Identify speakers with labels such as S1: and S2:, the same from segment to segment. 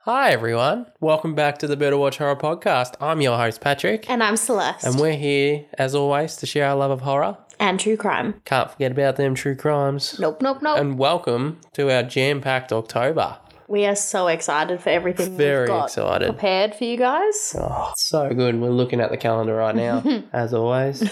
S1: Hi, everyone. Welcome back to the Better Watch Horror Podcast. I'm your host, Patrick.
S2: And I'm Celeste.
S1: And we're here, as always, to share our love of horror.
S2: And true crime.
S1: Can't forget about them true crimes.
S2: Nope, nope, nope.
S1: And welcome to our jam packed October.
S2: we are so excited for everything
S1: Very
S2: we've got
S1: excited.
S2: prepared for you guys.
S1: Oh, it's so good. We're looking at the calendar right now, as always.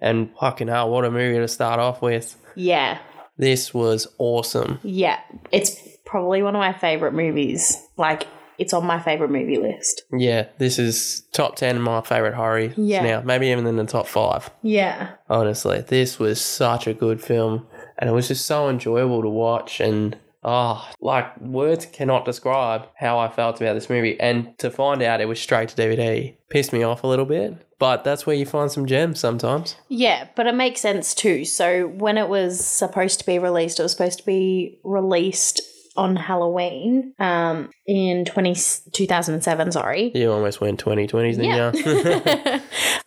S1: And fucking hell, what a movie to start off with.
S2: Yeah,
S1: This was awesome.
S2: yeah. It's probably one of my favorite movies. Like, it's on my favorite movie list.
S1: Yeah, this is top 10 of my favorite horrors
S2: Yeah.
S1: now, maybe even in the top five.
S2: Yeah.
S1: Honestly, this was such a good film and it was just so enjoyable to watch and oh, like words cannot describe how I felt about this movie and to find out it was straight to DVD pissed me off a little bit, but that's where you find some gems sometimes.
S2: Yeah, but it makes sense too. So, when it was supposed to be released, it was supposed to be released on Halloween um, in 20, 2007, sorry.
S1: You almost went 2020s, didn't
S2: Yeah.
S1: you?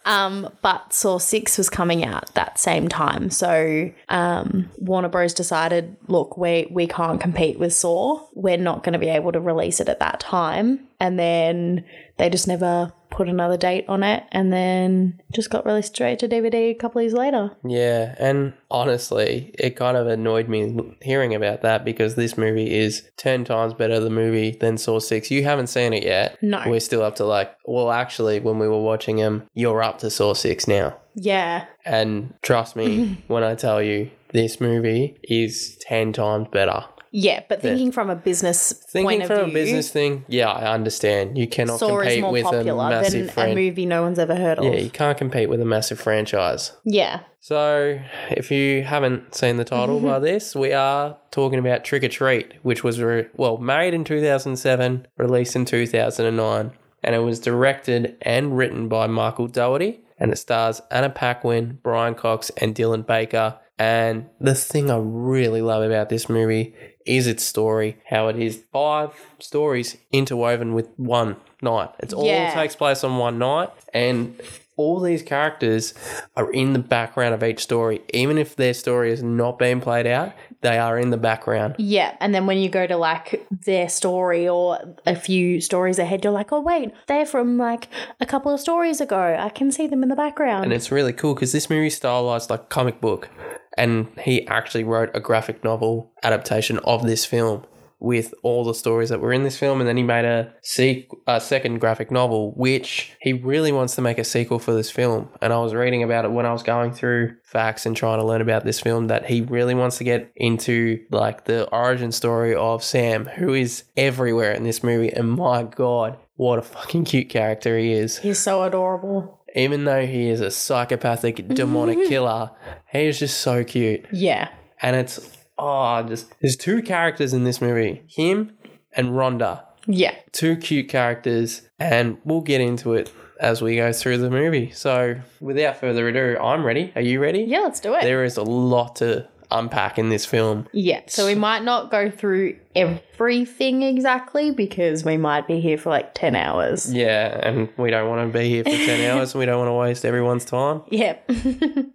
S2: Um, but Saw 6 was coming out that same time. So um, Warner Bros. decided, look, we, we can't compete with Saw. We're not going to be able to release it at that time. And then they just never put another date on it and then just got released straight to DVD a couple of years later.
S1: Yeah, and honestly, it kind of annoyed me hearing about that because this movie is 10 times better the movie than Saw 6. You haven't seen it yet.
S2: No.
S1: We're still up to like, well, actually, when we were watching them, you're up to Saw 6 now.
S2: Yeah.
S1: And trust me when I tell you, this movie is 10 times better.
S2: Yeah. But thinking from a business
S1: Thinking
S2: point of
S1: from
S2: view,
S1: a business thing, yeah, I understand. You cannot
S2: Saw is
S1: compete
S2: more
S1: with a
S2: popular
S1: massive
S2: than a
S1: fran-
S2: movie no one's ever heard of.
S1: Yeah, you can't compete with a massive franchise.
S2: yeah.
S1: So, if you haven't seen the title by this, we are talking about Trick or Treat, which was re- well made in 2007, released in 2009, and it was directed and written by Michael Dougherty, and it stars Anna Paquin, Brian Cox, and Dylan Baker. And the thing I really love about this movie is its story, how it is five stories interwoven with one night. It's all
S2: Yeah.
S1: takes place on one night and all these characters are in the background of each story even if their story is not being played out they are in the background
S2: Yeah, and then when you go to like their story or a few stories ahead, you're like, oh wait, they're from like a couple of stories ago. I can see them in the background.
S1: and it's really cool because this movie stylized like comic book and he actually wrote a graphic novel adaptation of this film with all the stories that were in this film and then he made a, sequ- a second graphic novel which he really wants to make a sequel for this film and i was reading about it when i was going through facts and trying to learn about this film that he really wants to get into like the origin story of sam who is everywhere in this movie and my god what a fucking cute character he is
S2: He's so adorable.
S1: even though he is a psychopathic demonic killer, he is just so cute.
S2: Yeah,
S1: And it's oh, just there's two characters in this movie, him and Rhonda.
S2: yeah,
S1: Two cute characters, and we'll get into it as we go through the movie. So, without further ado, I'm ready. Are you ready?
S2: yeah. Let's do it.
S1: There is a lot to unpack in this film.
S2: yeah, so we might not go through everything exactly because we might be here for like ten hours.
S1: Yeah, and we don't want to be here for 10 hours and we don't want to waste everyone's time.
S2: Yep.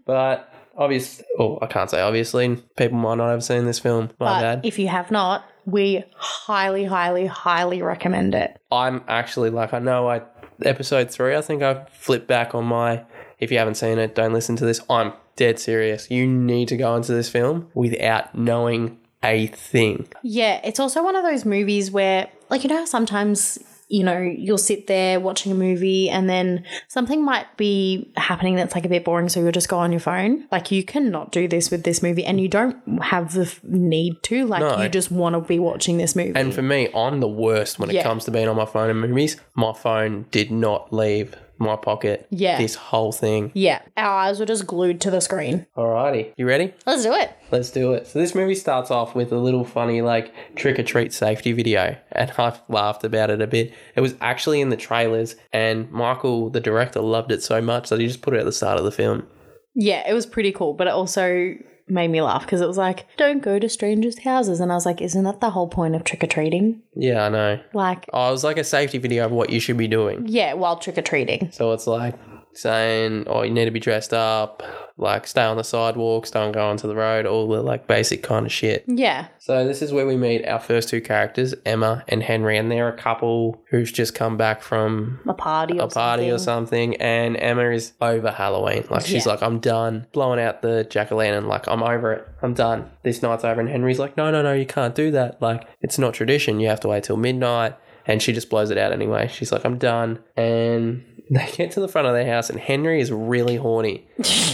S1: But obviously, oh, I can't say obviously, people might not have seen this film. My
S2: but
S1: bad.
S2: if you have not, we highly, highly, highly recommend it.
S1: I'm actually like I know I episode three. I think I flipped back on my. If you haven't seen it, don't listen to this. I'm dead serious. You need to go into this film without knowing a thing.
S2: Yeah, it's also one of those movies where, like, you know, how sometimes, you know, you'll sit there watching a movie and then something might be happening that's like a bit boring. So you'll just go on your phone. Like, you cannot do this with this movie and you don't have the f- need to. Like,
S1: No.
S2: you just want to be watching this movie.
S1: And for me, I'm the worst when it
S2: Yeah.
S1: comes to being on my phone in movies. My phone did not leave my pocket.
S2: Yeah.
S1: This whole thing.
S2: yeah, our eyes were just glued to the screen.
S1: Alrighty. You ready?
S2: Let's do it.
S1: Let's do it. So this movie starts off with a little funny like trick or treat safety video, and I've laughed about it a bit. It was actually in the trailers, and Michael, the director, loved it so much that he just put it at the start of the film.
S2: Yeah, it was pretty cool, but it also made me laugh because it was like, don't go to strangers' houses. And I was like, isn't that the whole point of trick or treating?
S1: Yeah, I know.
S2: Like,
S1: Oh, it was like a safety video of what you should be doing.
S2: yeah, while trick or treating.
S1: So it's like saying, "Oh, you need to be dressed up, like stay on the sidewalks, don't go onto the road, all the like basic kind of shit."
S2: Yeah.
S1: So this is where we meet our first two characters, Emma and Henry, and they're a couple who've just come back from
S2: A party or
S1: a party or
S2: something.
S1: something, and Emma is over Halloween. Like she's
S2: Yeah.
S1: like, I'm done blowing out the jack o' lantern. Like I'm over it. I'm done. This night's over. And Henry's like, No, no, no, you can't do that. Like it's not tradition. You have to wait till midnight. And she just blows it out anyway. She's like, I'm done. And they get to the front of their house, and Henry is really horny.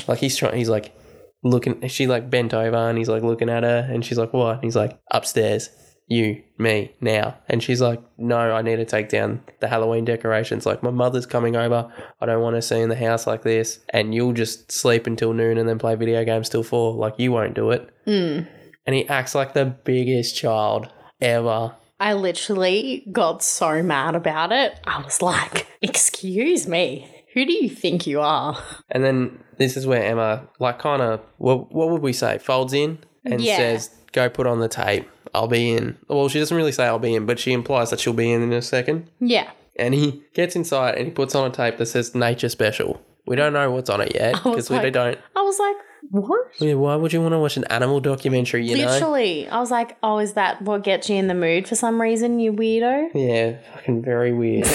S1: like he's trying. He's like looking. She like bent over, and he's like looking at her, and she's like, What? And he's like, Upstairs. You, me, now. And she's like, No, I need to take down the Halloween decorations. Like, my mother's coming over. I don't want to see in the house like this. And you'll just sleep until noon and then play video games till four. Like, you won't do it. And he acts like the biggest child ever.
S2: I literally got so mad about it. I was like, excuse me, who do you think you are?
S1: And then this is where Emma, like, kind of, what, what would we say, folds in and
S2: Yeah.
S1: says, Go put on the tape. I'll be in. Well, she doesn't really say I'll be in, but she implies that she'll be in in a second.
S2: Yeah.
S1: and he gets inside and he puts on a tape that says nature special. We don't know what's on it yet
S2: was
S1: because we
S2: like-
S1: don't.
S2: I was like, what?
S1: Yeah, why would you want to watch an animal documentary? You know.
S2: Literally. I was like, oh, is that what gets you in the mood for some reason, you weirdo?
S1: Yeah, fucking very weird.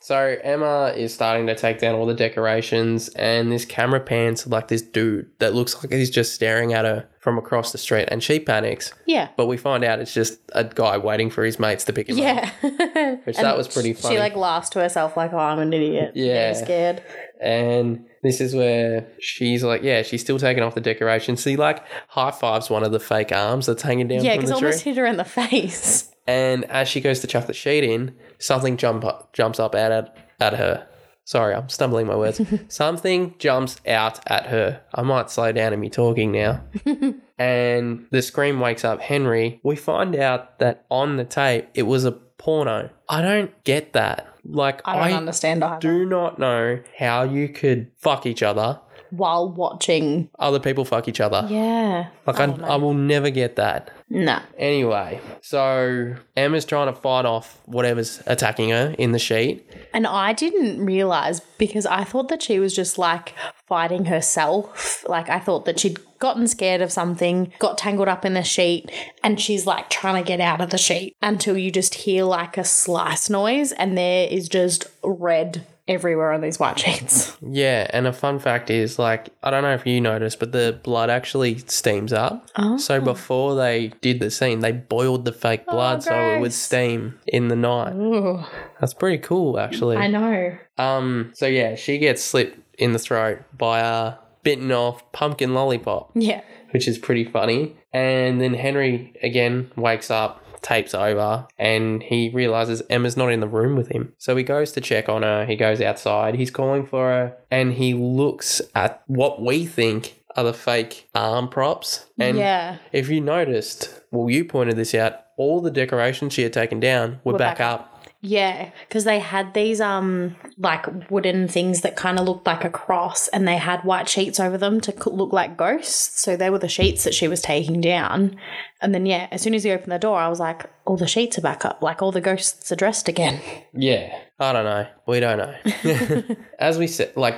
S1: so Emma is starting to take down all the decorations, and this camera pans to like this dude that looks like he's just staring at her from across the street, and she panics.
S2: Yeah.
S1: But uh, we find out it's just a guy waiting for his mates to pick him up.
S2: Yeah.
S1: Which
S2: And
S1: that was pretty funny.
S2: She like laughs to herself, like, oh, I'm an idiot.
S1: Yeah.
S2: I'm scared.
S1: And this is where she's like, yeah, she's still taking off the decorations. She like high fives one of the fake arms that's hanging down
S2: Yeah,
S1: from
S2: because
S1: the tree.
S2: almost hit her in the face.
S1: and as she goes to chuck the sheet in, something jump up, jumps up at, at at her. Sorry, I'm stumbling my words. something jumps out at her. I might slow down and be talking now. and the scream wakes up Henry. We find out that on the tape it was a porno. I don't get that. Like
S2: I don't understand either.
S1: do not know how you could fuck each other.
S2: While watching.
S1: Other people fuck each other.
S2: Yeah.
S1: Like I, I, will never get that.
S2: No.
S1: Anyway, so Emma's trying to fight off whatever's attacking her in the sheet.
S2: And I didn't realize because I thought that she was just like fighting herself. Like I thought that she'd gotten scared of something, got tangled up in the sheet, and she's like trying to get out of the sheet until you just hear like a slice noise and there is just red everywhere on these white sheets.
S1: Yeah, and a fun fact is like I don't know if you noticed, but the blood actually steams up.
S2: Oh.
S1: So before they did the scene, they boiled the fake blood so it would
S2: gross.
S1: steam in the night.
S2: Ooh,
S1: That's pretty cool actually.
S2: I know.
S1: Um so yeah, she gets slipped in the throat by a bitten off pumpkin lollipop.
S2: Yeah.
S1: which is pretty funny. And then Henry again wakes up, tapes over, and he realizes Emma's not in the room with him. So he goes to check on her. He goes outside. He's calling for her, and he looks at what we think are the fake arm props. And
S2: yeah.
S1: if you noticed, well, you pointed this out. All the decorations she had taken down were, back,
S2: back
S1: up.
S2: Yeah, because they had these um like wooden things that kind of looked like a cross, and they had white sheets over them to co- look like ghosts. So they were the sheets that she was taking down. And then yeah, as soon as he opened the door, I was like, all the sheets are back up, like all the ghosts are dressed again.
S1: Yeah, I don't know. We don't know. As we said, like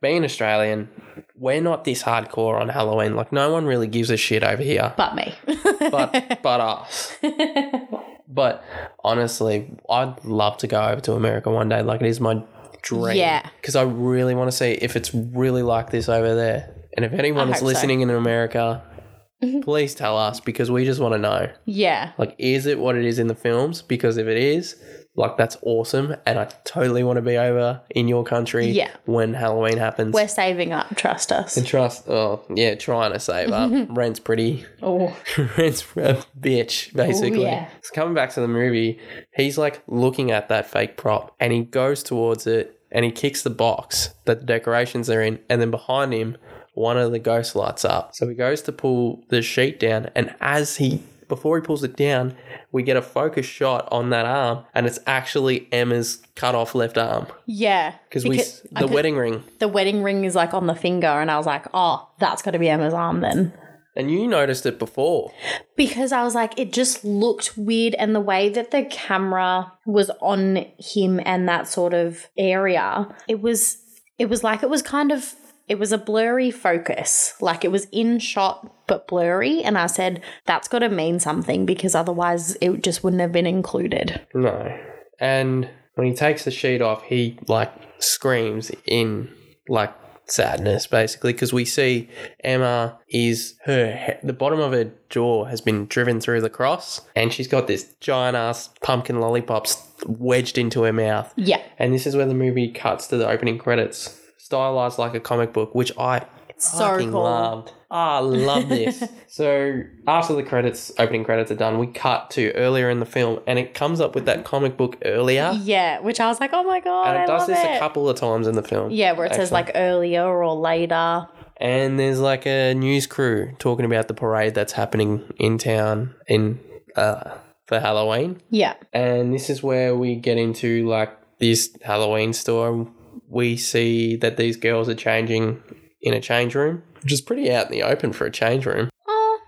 S1: being Australian, we're not this hardcore on Halloween. Like no one really gives a shit over here.
S2: But me,
S1: but but us. but honestly, I'd love to go over to America one day. Like it is my dream.
S2: Yeah.
S1: Because I really want to see if it's really like this over there. And if anyone
S2: I
S1: is
S2: hope so.
S1: listening in America, please tell us because we just want to know.
S2: yeah,
S1: Like, is it what it is in the films? Because if it is, like that's awesome, and I totally want to be over in your country.
S2: Yeah.
S1: When Halloween happens.
S2: we're saving up. Trust us.
S1: and trust, oh yeah, trying to save up. Rent's pretty
S2: Oh,
S1: Rent's a bitch, basically.
S2: yeah.
S1: So coming back to the movie, he's like looking at that fake prop and he goes towards it and he kicks the box that the decorations are in, and then behind him, one of the ghosts lights up. So he goes to pull the sheet down, and as he before he pulls it down, we get a focus shot on that arm, and it's actually Emma's cut off left arm.
S2: yeah.
S1: Because we s- the wedding ring.
S2: the wedding ring is like on the finger, and I was like, oh, that's got to be Emma's arm then.
S1: And you noticed it before.
S2: because I was like, it just looked weird. And the way that the camera was on him and that sort of area, it was. it was like it was kind of it was a blurry focus like it was in shot but blurry and i said that's got to mean something because otherwise it just wouldn't have been included
S1: No. And when he takes the sheet off, he like screams in like sadness basically because we see Emma is her he- the bottom of her jaw has been driven through the cross and she's got this giant ass pumpkin lollipops wedged into her mouth.
S2: yeah
S1: And this is where the movie cuts to the opening credits, stylized like a comic book, which I
S2: so
S1: fucking
S2: cool
S1: loved. Ah, I love this. so after the credits, opening credits are done, we cut to earlier in the film, and it comes up with that comic book earlier,
S2: yeah which i was like oh my god
S1: and
S2: i
S1: it does
S2: love
S1: this
S2: it
S1: a couple of times in the film.
S2: yeah where it says
S1: actually.
S2: like earlier or later
S1: and there's like a news crew talking about the parade that's happening in town in uh, for Halloween,
S2: yeah
S1: and this is where we get into like this Halloween store. We see that these girls are changing in a change room, which is pretty out in the open for a change room,
S2: oh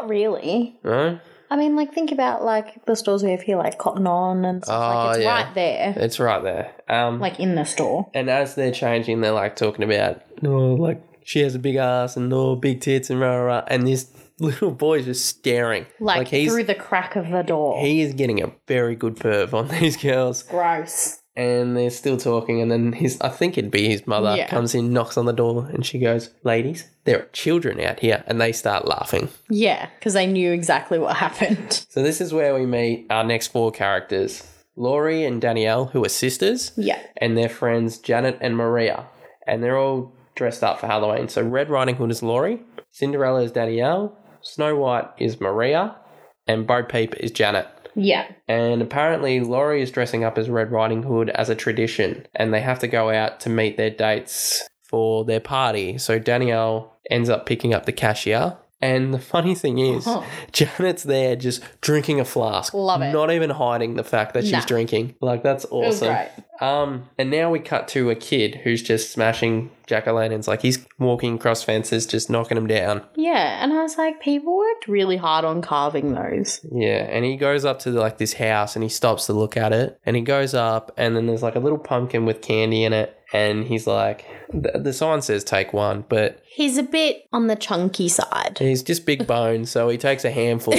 S2: not really
S1: right?
S2: I mean, like think about like the stores we have here, like Cotton On and stuff.
S1: Oh,
S2: like it's
S1: yeah.
S2: right there,
S1: It's right there. Um,
S2: like in the store.
S1: and as they're changing, they're like talking about, oh, like she has a big ass and oh, big tits and rah rah, rah. and this little boy's just staring,
S2: Like,
S1: he's
S2: through the crack of the door.
S1: he is getting a very good perv on these girls,
S2: Gross.
S1: and they're still talking, and then his I think it'd be his mother
S2: Yeah.
S1: comes in, knocks on the door, and she goes, "Ladies, there are children out here," and they start laughing.
S2: Yeah, because they knew exactly what happened.
S1: So this is where we meet our next four characters. Laurie and Danielle, who are sisters,
S2: Yeah.
S1: and their friends Janet and Maria, and they're all dressed up for Halloween. So Red Riding Hood is Laurie, Cinderella is Danielle, Snow White is Maria, and Bo Peep is Janet.
S2: Yeah.
S1: And apparently, Laurie is dressing up as Red Riding Hood as a tradition, and they have to go out to meet their dates for their party. So Danielle ends up picking up the cashier. And the funny thing is,
S2: Huh.
S1: Janet's there just drinking a flask.
S2: Oh. Love it.
S1: Not even hiding the fact that she's
S2: Nah.
S1: drinking. Like, that's awesome.
S2: was great.
S1: Um, and now we cut to a kid who's just smashing jack o' lanterns. Like, he's walking across fences, just knocking them down.
S2: Yeah, and I was like, people worked really hard on carving those.
S1: Yeah, and he goes up to like this house and he stops to look at it. And he goes up, and then there's like a little pumpkin with candy in it. And he's like, the, the sign says take one, but
S2: He's a bit on the chunky side,
S1: he's just big bones, so he takes a handful.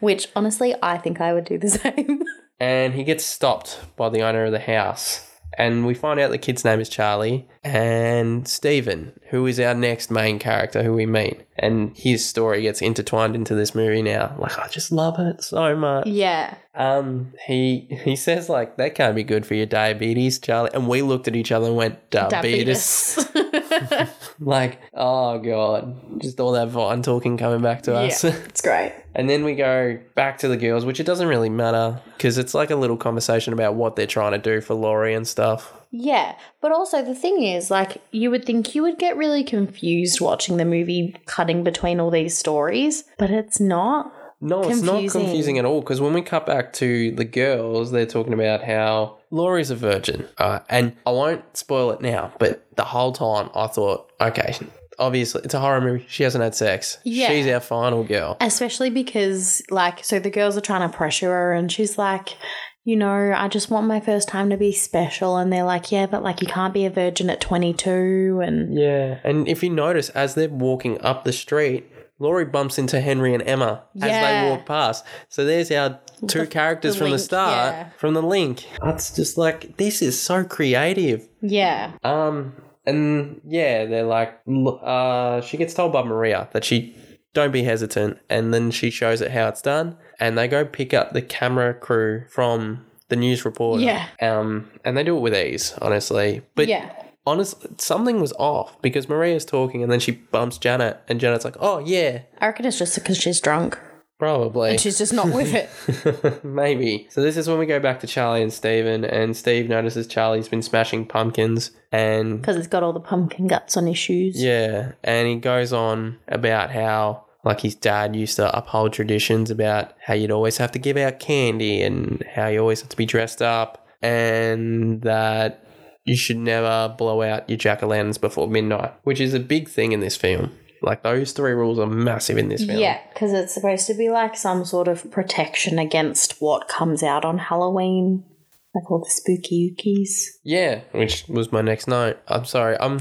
S2: which honestly, I think I would do the same.
S1: and he gets stopped by the owner of the house. And we find out the kid's name is Charlie and Stephen, who is our next main character who we meet. And his story gets intertwined into this movie now. Like, I just love it so much.
S2: yeah.
S1: Um, he he says like that can't be good for your diabetes, Charlie. And we looked at each other and went diabetes.
S2: Diabetes.
S1: Like, oh god, just all that Vine talking coming back to us.
S2: yeah. It's great.
S1: and then we go back to the girls, which it doesn't really matter because it's like a little conversation about what they're trying to do for Laurie and stuff.
S2: Yeah, but also the thing is, like, you would think you would get really confused watching the movie cutting between all these stories, but it's not.
S1: No, it's not
S2: Confusing.
S1: confusing at all because when we cut back to the girls, they're talking about how Laurie's a virgin. Uh, and I won't spoil it now, but the whole time I thought, okay, obviously it's a horror movie. She hasn't had sex.
S2: Yeah.
S1: She's our final girl.
S2: Especially because, like, so the girls are trying to pressure her, and she's like, you know, I just want my first time to be special. And they're like, yeah, but like, you can't be a virgin at 22. And
S1: Yeah. And if you notice, as they're walking up the street, Laurie bumps into Henry and Emma as
S2: Yeah.
S1: they walk past. So there's our two characters
S2: the
S1: from the
S2: link,
S1: start,
S2: yeah.
S1: from the link. That's just like, this is so creative.
S2: yeah,
S1: Um, and yeah, they're like, l- uh, she gets told by Maria that she don't be hesitant, and then she shows it how it's done, and they go pick up the camera crew from the news reporter.
S2: Yeah.
S1: Um, and they do it with ease, honestly. But
S2: yeah,
S1: honestly, something was off because Maria's talking, and then she bumps Janet, and Janet's like, "Oh yeah,
S2: I reckon it's just because she's drunk.
S1: probably."
S2: She's just not with it.
S1: Maybe. So this is when we go back to Charlie and Steven, and Steve notices Charlie's been smashing pumpkins and
S2: Because it's got all the pumpkin guts on his shoes.
S1: Yeah, and he goes on about how like his dad used to uphold traditions about how you'd always have to give out candy and how you always have to be dressed up and that you should never blow out your jack o' lanterns before midnight, which is a big thing in this film. Like those three rules are massive in this film.
S2: Yeah, because it's supposed to be like some sort of protection against what comes out on Halloween.
S3: Like all the spooky ookies.
S1: Yeah, which was my next note. I'm sorry. I'm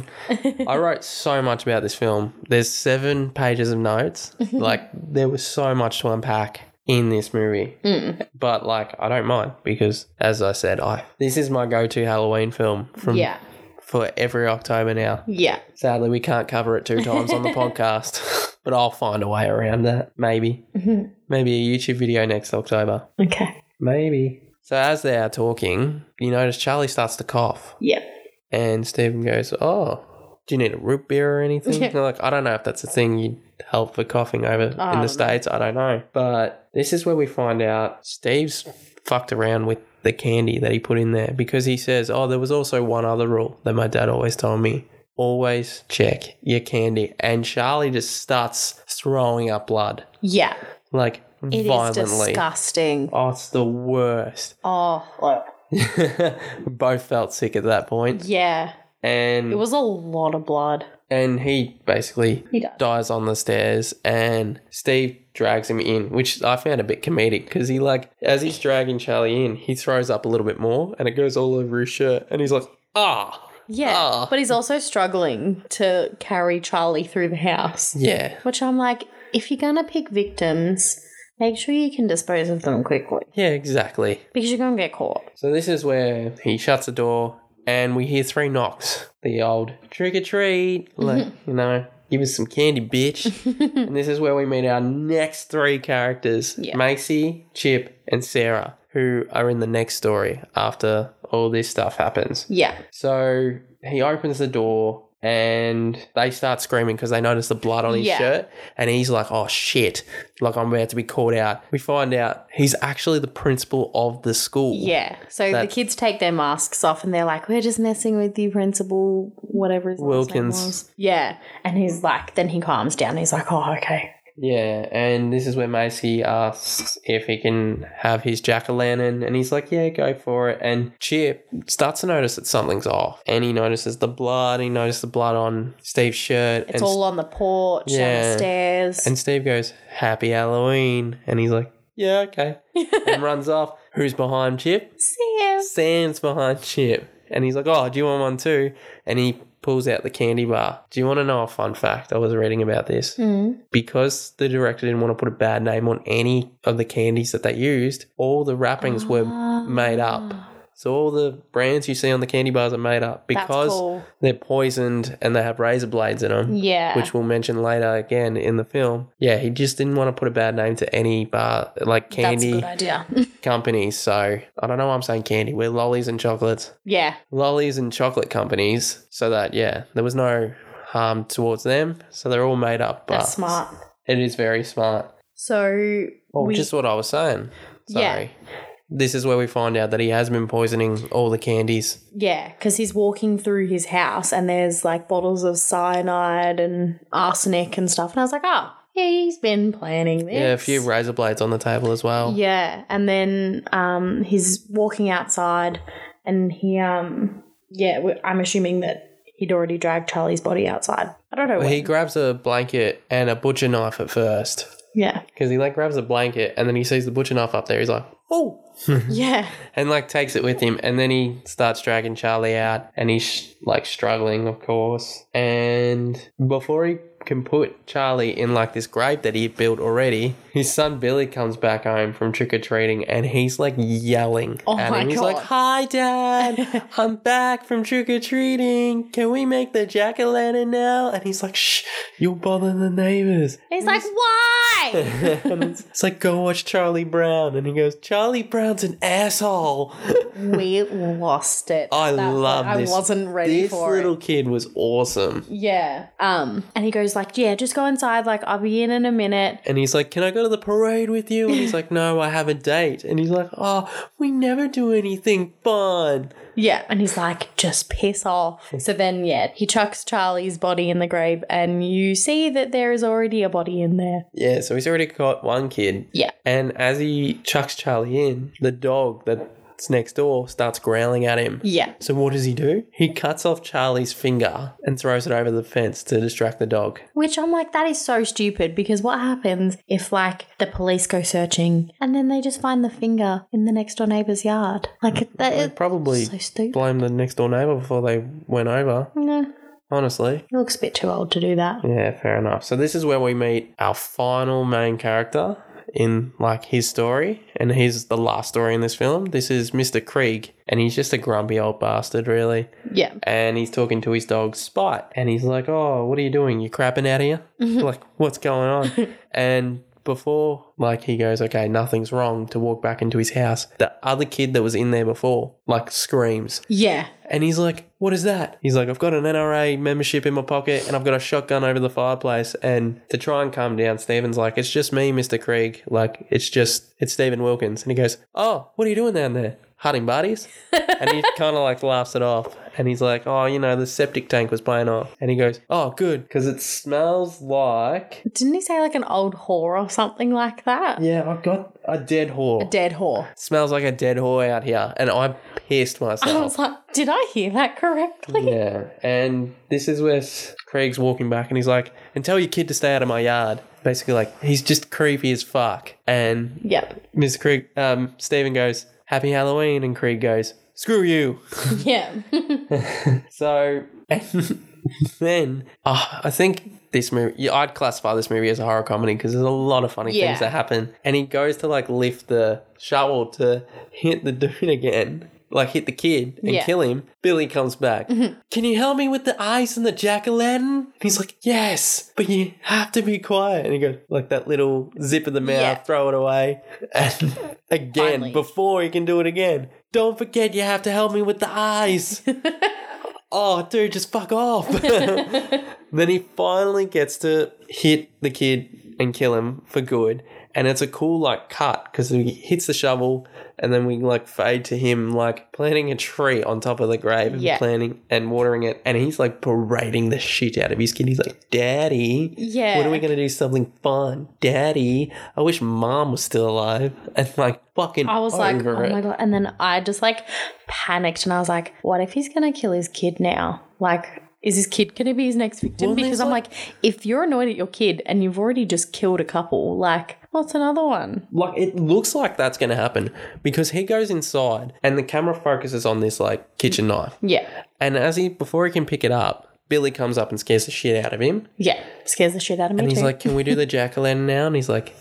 S1: I wrote so much about this film. There's seven pages of notes. like there was so much to unpack in this movie.
S2: Mm.
S1: But like I don't mind because as I said, I this is my go-to Halloween film from
S2: yeah.
S1: for every October now.
S2: Yeah.
S1: Sadly, we can't cover it two times on the podcast, but I'll find a way around that. Maybe.
S2: Mhm.
S1: Maybe a YouTube video next October.
S3: Okay.
S1: Maybe. So as they are talking, you notice Charlie starts to cough.
S3: Yeah.
S1: And Stephen goes, Oh, do you need a root beer or anything?
S2: Yeah. Oh,
S1: And they're like, I don't know if that's a thing you'd help for coughing over
S2: I
S1: in the
S2: don't know.
S1: States. I don't know. But this is where we find out Steve's fucked around with the candy that he put in there because he says, Oh, there was also one other rule that my dad always told me. Always check your candy. And Charlie just starts throwing up blood.
S2: Yeah.
S1: Like
S2: It is
S1: violently.
S2: disgusting.
S1: Oh, it's the worst.
S2: Oh, look.
S1: Both felt sick at that point.
S2: Yeah.
S1: And
S2: It was a lot of blood.
S1: and he basically
S3: He does.
S1: dies on the stairs and steve drags him in which i found a bit comedic because he like as he's dragging charlie in he throws up a little bit more and it goes all over his shirt and he's like ah
S2: Yeah.
S1: Ah.
S2: But he's also struggling to carry Charlie through the house.
S1: yeah
S2: Which I'm like, if you're going to pick victims, make sure you can dispose of them quickly
S1: yeah exactly
S2: because you're going to get caught.
S1: so this is where he shuts the door and we hear three knocks the old trick-or-treat like you know give us some candy bitch And this is where we meet our next three characters
S2: Yeah.
S1: Macy, Chip, and Sarah, who are in the next story after all this stuff happens.
S2: yeah.
S1: So he opens the door and they start screaming because they notice the blood on his
S2: Yeah.
S1: shirt. And he's like, oh shit, like I'm about to be called out. We find out he's actually the principal of the school.
S2: Yeah. So the
S1: That's-
S2: kids take their masks off and they're like, We're just messing with you, principal, whatever his last name
S1: Wilkins.
S2: was." Yeah. And he's like, Then he calms down. He's like, Oh, okay.
S1: Yeah, and this is where Macy asks if he can have his jack o' lantern, and he's like, Yeah, go for it. And Chip starts to notice that something's off, and he notices the blood, he notices the blood on Steve's shirt.
S2: It's
S1: and,
S2: all on the porch, on
S1: Yeah.
S2: the stairs.
S1: and Steve goes, Happy Halloween. And he's like, Yeah, okay. and runs off. Who's behind Chip?
S2: Sam.
S1: Sam's behind Chip. And he's like, Oh, do you want one too? And he pulls out the candy bar. Do you want to know a fun fact? I was reading about this
S2: Mm.
S1: because the director didn't want to put a bad name on any of the candies that they used, all the wrappings were made up. So all the brands you see on the candy bars are made up
S2: Ah. That's
S1: because
S2: cool.
S1: they're poisoned and they have razor blades in them,
S2: Yeah.
S1: which we'll mention later again in the film. Yeah, he just didn't want to put a bad name to any bar like candy
S2: That's a good idea.
S1: companies. So I don't know why I'm saying candy. We're lollies and chocolates
S2: yeah.
S1: lollies and chocolate companies so that yeah there was no harm towards them so they're all made up but
S2: That's smart.
S1: it is very smart
S2: So
S1: well,
S2: we
S1: Oh, just what i was saying
S2: Yeah.
S1: sorry this is where we find out that he has been poisoning all the candies
S2: Yeah, because he's walking through his house and there's like bottles of cyanide and arsenic and stuff. And I was like, oh, he's been planning this.
S1: yeah a few razor blades on the table as well
S2: Yeah, and then um, he's walking outside and he, um, yeah, we- I'm assuming that he'd already dragged Charlie's body outside. I don't know.
S1: Well,
S2: when.
S1: he grabs a blanket and a butcher knife at first
S2: yeah.
S1: because he like grabs a blanket and then he sees the butcher knife up there he's like oh
S2: Yeah.
S1: and like takes it with him and then he starts dragging charlie out and he's like struggling of course and before he can put charlie in like this grave that he had built already his son billy comes back home from trick-or-treating and he's like yelling
S2: Oh
S1: at
S2: my
S1: him he's
S2: God.
S1: like hi dad i'm back from trick-or-treating can we make the jack-o'-lantern now and he's like shh you'll bother the neighbors
S2: He's like, why?
S1: and it's, it's like go watch charlie brown and he goes charlie brown's an asshole
S2: we lost it.
S1: I
S2: That-
S1: love
S2: I
S1: this.
S2: wasn't ready
S1: this
S2: for it.
S1: little kid was awesome
S2: Yeah. Um, and he goes like, "Yeah, just go inside. Like, I'll be in in a minute."
S1: and he's like can i go to the parade with you and he's like no i have a date and he's like oh we never do anything fun
S2: Yeah. And he's like, "Just piss off." So then, yeah, he chucks Charlie's body in the grave, and you see that there is already a body in there.
S1: yeah so he's already caught one kid
S2: Yeah.
S1: and as he chucks charlie in the dog that that's next door starts growling at him.
S2: Yeah.
S1: So what does he do? He cuts off Charlie's finger and throws it over the fence to distract the dog.
S2: Which I'm like, that is so stupid because what happens if, like, the police go searching and then they just find the finger in the next door neighbour's yard? Like, that
S1: They
S2: is
S1: probably
S2: so stupid.
S1: blame the next door neighbor before they went over.
S2: No,
S1: Honestly.
S2: he looks a bit too old to do that.
S1: Yeah, fair enough. So this is where we meet our final main character in like his story, and he's the last story in this film. This is Mr. Krieg, and he's just a grumpy old bastard, really.
S2: Yeah.
S1: And he's talking to his dog Spot, and he's like, "Oh, what are you doing? You crapping out here? like, what's going on?" and before, like, he goes, "Okay, nothing's wrong." To walk back into his house, the other kid that was in there before, like, screams,
S2: Yeah.
S1: and he's like, What is that? He's like, I've got an NRA membership in my pocket and I've got a shotgun over the fireplace. And to try and calm down, Stephen's like, It's just me, Mr. Krieg. Like, it's just, it's Stephen Wilkins. And he goes, Oh, what are you doing down there? Hunting buddies? and he kind of like laughs it off. And he's like, Oh, you know, the septic tank was playing off. And he goes, Oh, good. Because it smells like.
S2: Didn't he say, like, an old whore or something like that?
S1: Yeah, I've got a dead whore.
S2: A dead whore.
S1: smells like a dead whore out here. And I pissed myself.
S2: I was like, did I hear that correctly?
S1: Yeah, and this is where S- Craig's walking back and he's like, and tell your kid to stay out of my yard. Basically, like, he's just creepy as fuck. And
S2: Yep.
S1: Mr. Craig, um, Stephen goes, Happy Halloween. And Craig goes, Screw you.
S2: Yeah.
S1: So, and then ah, I think this movie, yeah, I'd classify this movie as a horror comedy because there's a lot of funny
S2: Yeah.
S1: things that happen. And he goes to like lift the shovel to hit the dude again. Like hit the kid and
S2: Yeah. Mm-hmm.
S1: kill him. Billy comes back. Can you help me with the ice and the jack o' lantern? He's like, yes, but you have to be quiet. And he goes like that little zip of the mouth,
S2: Yeah.
S1: throw it away, and again
S2: Finally.
S1: before he can do it again. Don't forget, you have to help me with the eyes. oh, dude, just fuck off. then he finally gets to hit the kid and kill him for good. And it's a cool like cut because he hits the shovel, and then we like fade to him like planting a tree on top of the grave and
S2: Yeah.
S1: planting and watering it, and he's like parading the shit out of his kid. He's like, "Daddy,
S2: Yeah.
S1: when are we gonna do something fun, Daddy? I wish Mom was still alive." And like fucking,
S2: I was like,
S1: over
S2: oh
S1: it.
S2: my god. And then I just like panicked and I was like, what if he's gonna kill his kid now? Like, is his kid gonna be his next victim?
S1: Well, there's,
S2: because I'm like, if you're annoyed at your kid and you've already just killed a couple, like, what's another one?
S1: like it looks like that's going to happen because he goes inside and the camera focuses on this like kitchen knife
S2: Yeah.
S1: and as he before he can pick it up billy comes up and scares the shit out of him
S2: Yeah. Scares the shit out of me
S1: and
S2: too.
S1: he's like can we do the jack-o'-lantern now and he's like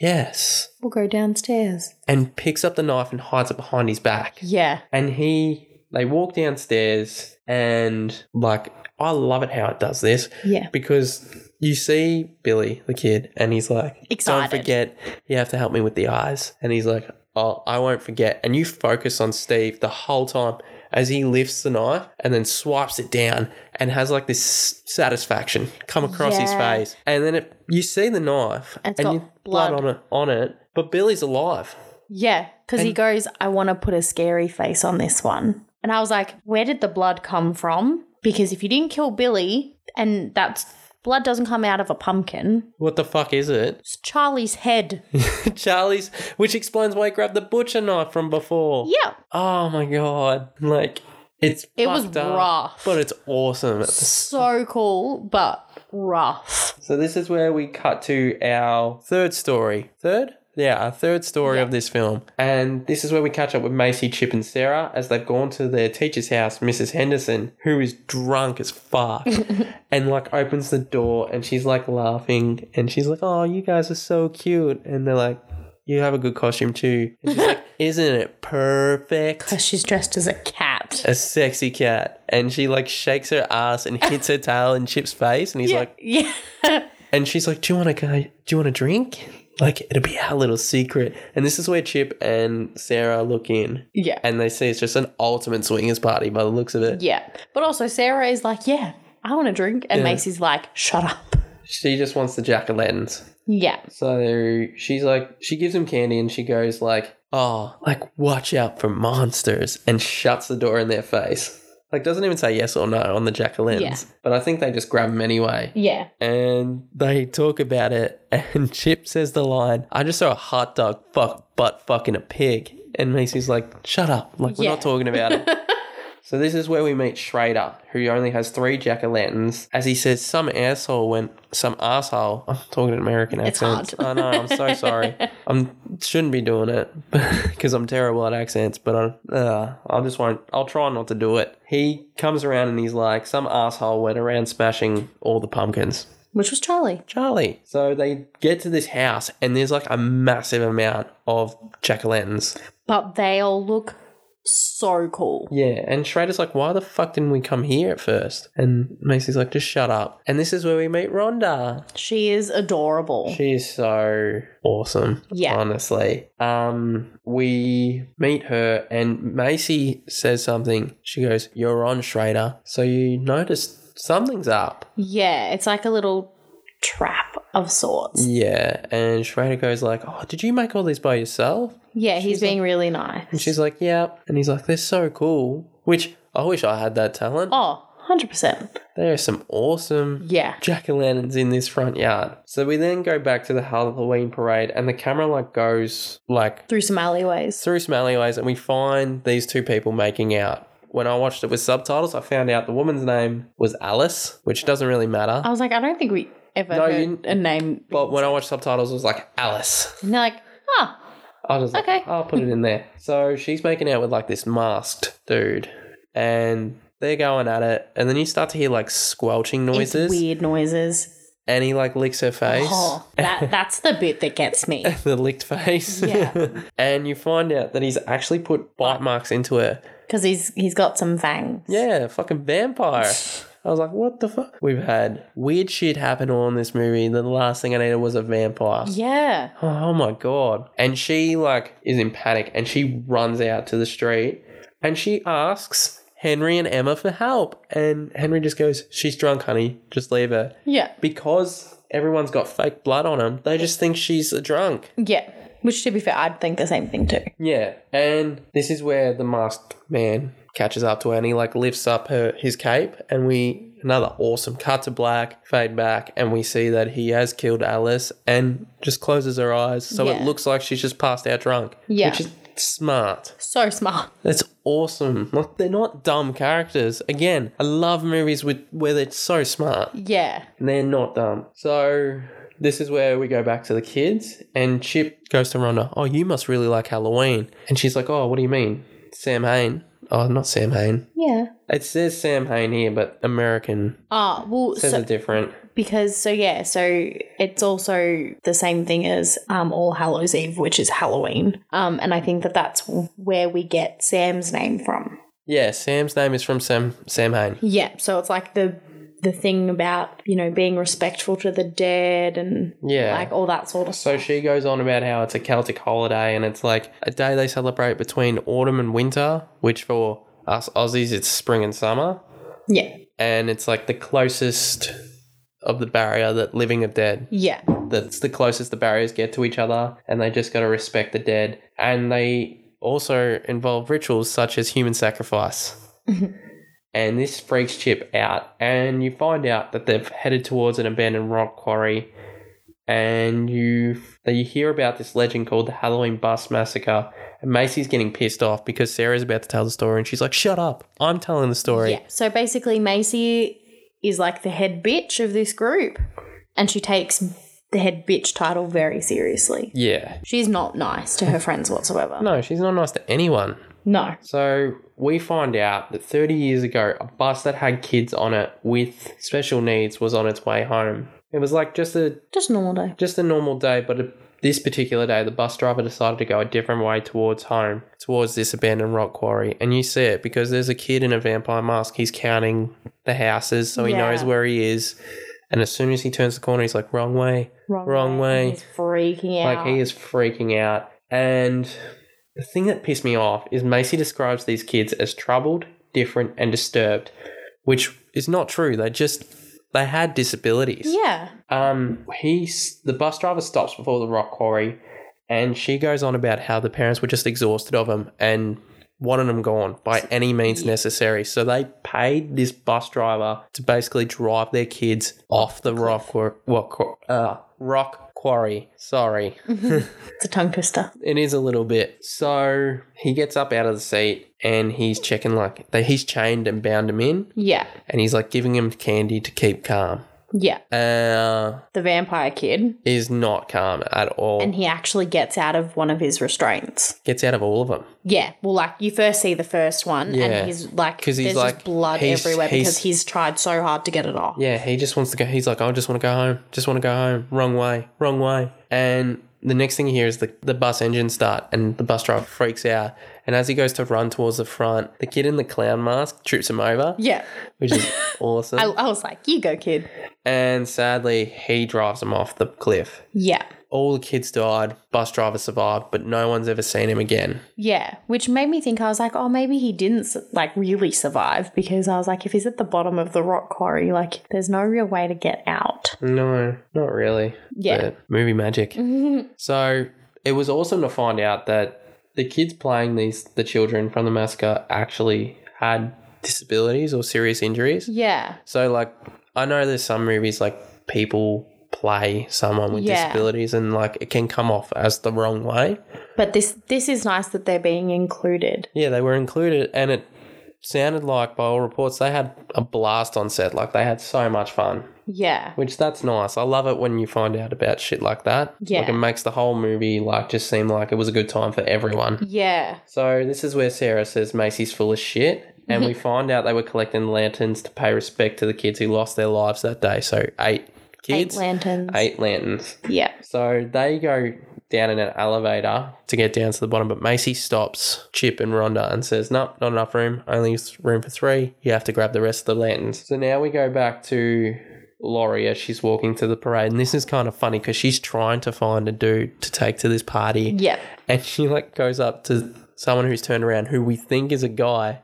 S1: yes
S2: we'll go downstairs.
S1: and picks up the knife and hides it behind his back
S2: Yeah.
S1: and he they walk downstairs and like i love it how it does this
S2: Yeah.
S1: because you see Billy, the kid, and he's like,
S2: Excited.
S1: Don't forget, you have to help me with the eyes. And he's like, Oh, I won't forget. And you focus on Steve the whole time as he lifts the knife and then swipes it down and has like this satisfaction come across his
S2: Yeah.
S1: face. And then it, you see the knife
S2: And it's
S1: and
S2: got
S1: you blood,
S2: blood.
S1: on it on it. But Billy's alive.
S2: Yeah. Because he goes, I wanna put a scary face on this one. And I was like, where did the blood come from? Because if you didn't kill Billy and that's blood doesn't come out of a pumpkin,
S1: What the fuck is it?
S2: It's Charlie's head.
S1: Charlie's which explains why he grabbed the butcher knife from before.
S2: Yeah.
S1: Oh my god. Like it's
S2: It was
S1: fucked up,
S2: rough.
S1: But it's awesome at the
S2: So cool, but rough.
S1: So this is where we cut to our third story. Third? Yeah, our third story of this film. And this is where we catch up with Macy, Chip, and Sarah as they've gone to their teacher's house, Mrs. Henderson, who is drunk as fuck and like opens the door and she's like laughing and she's like, Oh, you guys are so cute. And they're like, You have a good costume too. And she's like, Isn't it perfect?
S2: Because she's dressed as a cat.
S1: A sexy cat. And she like shakes her ass and hits her tail in Chip's face. And he's like,
S2: Yeah.
S1: and she's like, "Do you want to go? Do you want a drink? Like it'll be our little secret." And this is where Chip and Sarah look in,
S2: yeah.
S1: and they see it's just an ultimate swingers party by the looks of it.
S2: yeah. But also, Sarah is like, yeah, I want a drink. And Macy's like, shut up.
S1: She just wants the jack o' lanterns,
S2: Yeah.
S1: so she's like, she gives him candy, and she goes like, "Oh, like watch out for monsters," and shuts the door in their face. Like doesn't even say yes or no on the jack o' lanterns, but I think they just grab him anyway.
S2: Yeah.
S1: and they talk about it. And Chip says the line, "I just saw a hot dog fuck butt fucking a pig," And Macy's like, shut up. Like, we're
S2: Yeah.
S1: not talking about it. so this is where we meet Schrader, who only has three jack-o'-lanterns. As he says, some asshole went, some asshole. I'm talking an American
S2: It's
S1: accent.
S2: hard.
S1: I know, I'm so sorry. I shouldn't be doing it because I'm terrible at accents, but I, uh, I just won't. I'll try not to do it. He comes around and he's like, some asshole went around smashing all the pumpkins.
S2: Which was Charlie.
S1: Charlie. So they get to this house, and there's like a massive amount of jack o' lanterns.
S2: But they all look so cool.
S1: Yeah, and Schrader's like, why the fuck didn't we come here at first? And Macy's like, just shut up. And this is where we meet Rhonda.
S2: She is adorable.
S1: She is so awesome.
S2: Yeah.
S1: Honestly. Um, we meet her, and Macy says something. She goes, You're on, Schrader. So you notice something's up.
S2: yeah, it's like a little trap of
S1: Mm.
S2: sorts.
S1: Yeah. And Schrader goes, like, Oh, did you make all these by yourself?
S2: Yeah, he's being really nice.
S1: And she's like, yeah. And he's like, they're so cool. Which I wish I had that talent.
S2: oh, 100%.
S1: There are some awesome
S2: Yeah.
S1: jack o' lanterns in this front yard. So we then go back to the Halloween parade, and the camera like goes like
S2: Through some alleyways.
S1: through some alleyways, and we find these two people making out. When I watched it with subtitles, I found out the woman's name was Alice, which doesn't really matter.
S2: I was like, I don't think we ever
S1: No,
S2: heard
S1: you-
S2: a name.
S1: But when I watched subtitles, it was like Alice.
S2: And they're like, ah,
S1: I was like,
S2: Okay.
S1: I'll put it in there. So she's making out with like this masked dude, and they're going at it, and then you start to hear like squelching
S2: it's
S1: noises,
S2: weird noises.
S1: and he like licks her face,
S2: Oh, that, that's the bit that gets me.
S1: the licked face,
S2: Yeah.
S1: and you find out that he's actually put bite marks into her.
S2: Because he's he's got some fangs.
S1: Yeah, fucking vampire. I was like, what the fuck? We've had weird shit happen all in this movie. and The last thing I needed was a vampire.
S2: Yeah.
S1: Oh my god. And she like is in panic and she runs out to the street and she asks Henry and Emma for help. And Henry just goes, She's drunk, honey. Just leave her.
S2: Yeah.
S1: Because everyone's got fake blood on them, they just think she's a drunk.
S2: Yeah. Which, to be fair, I'd think the same thing too.
S1: Yeah. And this is where the masked man catches up to her and he like lifts up her his cape and we another awesome cut to black, fade back, and we see that he has killed Alice and just closes her eyes. So it
S2: Yeah.
S1: looks like she's just passed out drunk.
S2: Yeah.
S1: Which is smart.
S2: So smart.
S1: That's awesome. Like they're not dumb characters. Again, I love movies with where they're so smart.
S2: Yeah.
S1: And they're not um, dumb. So this is where we go back to the kids, and Chip goes to Rhonda. Oh, you must really like Halloween. And she's like, Oh, what do you mean? Sam Hain. Oh, not Sam Hain.
S2: Yeah.
S1: It says Sam Hain here, but American
S2: Ah, well,
S1: says
S2: so,
S1: it different.
S2: because, so yeah, so it's also the same thing as um, All Hallows Eve, which is Halloween. Um, and I think that that's where we get Sam's name from.
S1: Yeah, Sam's name is from Sam Sam Hain.
S2: Yeah. So it's like the the thing about, you know, being respectful to the dead and
S1: Yeah.
S2: like all that sort of stuff.
S1: So she goes on about how it's a Celtic holiday and it's like a day they celebrate between autumn and winter, which for us Aussies it's spring and summer.
S2: Yeah.
S1: And it's like the closest of the barrier that living are dead.
S2: Yeah.
S1: That's the closest the barriers get to each other and they just gotta respect the dead. And they also involve rituals such as human sacrifice. and this freaks Chip out and you find out that they've headed towards an abandoned rock quarry and you that you hear about this legend called the Halloween Bus Massacre. And Macy's getting pissed off because Sarah's about to tell the story, and she's like, "Shut up! I'm telling the story."
S2: Yeah. So basically, Macy is like the head bitch of this group, and she takes the head bitch title very seriously.
S1: Yeah.
S2: She's not nice to her friends whatsoever.
S1: No, she's not nice to anyone.
S2: No.
S1: So we find out that 30 years ago, a bus that had kids on it with special needs was on its way home. It was like just a
S2: Just normal day.
S1: just a normal day, but a, this particular day, the bus driver decided to go a different way towards home, towards this abandoned rock quarry. And you see it because there's a kid in a vampire mask. He's counting the houses, so he
S2: Yeah.
S1: knows where he is. And as soon as he turns the corner, he's like, "Wrong way." Wrong way.
S2: He's freaking out.
S1: Like he is freaking out. And the thing that pissed me off is Macy describes these kids as troubled, different, and disturbed, which is not true. They just they had disabilities.
S2: Yeah.
S1: Um, he s- the bus driver stops before the rock quarry, and she goes on about how the parents were just exhausted of him and wanted him gone by any means necessary. So they paid this bus driver to basically drive their kids off the rock quar- well, quar- uh, rock Quarry. Sorry.
S2: It's a tongue twister.
S1: It is a little bit. So he gets up out of the seat and he's checking like they, he's chained and bound him in,
S2: Yeah.
S1: and he's like giving him candy to keep calm.
S2: Yeah.
S1: Uh,
S2: The vampire kid.
S1: is not calm at all.
S2: And he actually gets out of one of his restraints.
S1: gets out of all of them.
S2: Yeah. Well, like you first see the first one
S1: Yeah.
S2: and he's like,
S1: 'Cause
S2: there's
S1: he's
S2: just
S1: like-
S2: blood
S1: he's-
S2: everywhere
S1: he's-
S2: because he's tried so hard to get it off.
S1: Yeah, he just wants to go. He's like, I just want to go home. Just want to go home. Wrong way. Wrong way. And the next thing you hear is the, the bus engine start and the bus driver freaks out. And as he goes to run towards the front, the kid in the clown mask trips him over,
S2: Yeah.
S1: which is awesome.
S2: I, I was like, you go, kid.
S1: and sadly, he drives him off the cliff.
S2: Yeah.
S1: All the kids died. Bus driver survived, but no one's ever seen him again.
S2: Yeah, which made me think I was like, oh, maybe he didn't s- like really survive because I was like, if he's at the bottom of the rock quarry, like there's no real way to get out.
S1: No, not really.
S2: Yeah.
S1: But movie magic. So it was awesome to find out that the kids playing these the children from the massacre actually had disabilities or serious injuries.
S2: yeah,
S1: So like I know there's some movies like people play someone with
S2: Yeah.
S1: disabilities and like it can come off as the wrong way.
S2: but this this is nice that they're being included.
S1: Yeah, they were included and it sounded like by all reports they had a blast on set. Like they had so much fun.
S2: Yeah,
S1: Which that's nice. I love it when you find out about shit like that.
S2: Yeah.
S1: Like it makes the whole movie like just seem like it was a good time for everyone.
S2: yeah,
S1: So this is where Sarah says Macy's full of shit. And we find out they were collecting lanterns to pay respect to the kids who lost their lives that day. So eight kids.
S2: eight lanterns.
S1: eight lanterns.
S2: Yeah,
S1: So they go down in an elevator to get down to the bottom, but Macy stops Chip and Rhonda and says, Nope, not enough room. Only s- room for three. You have to grab the rest of the lanterns. So now we go back to Laurie as she's walking to the parade. And this is kind of funny because she's trying to find a dude to take to this party.
S2: yeah,
S1: And she like goes up to someone who's turned around who we think is a guy.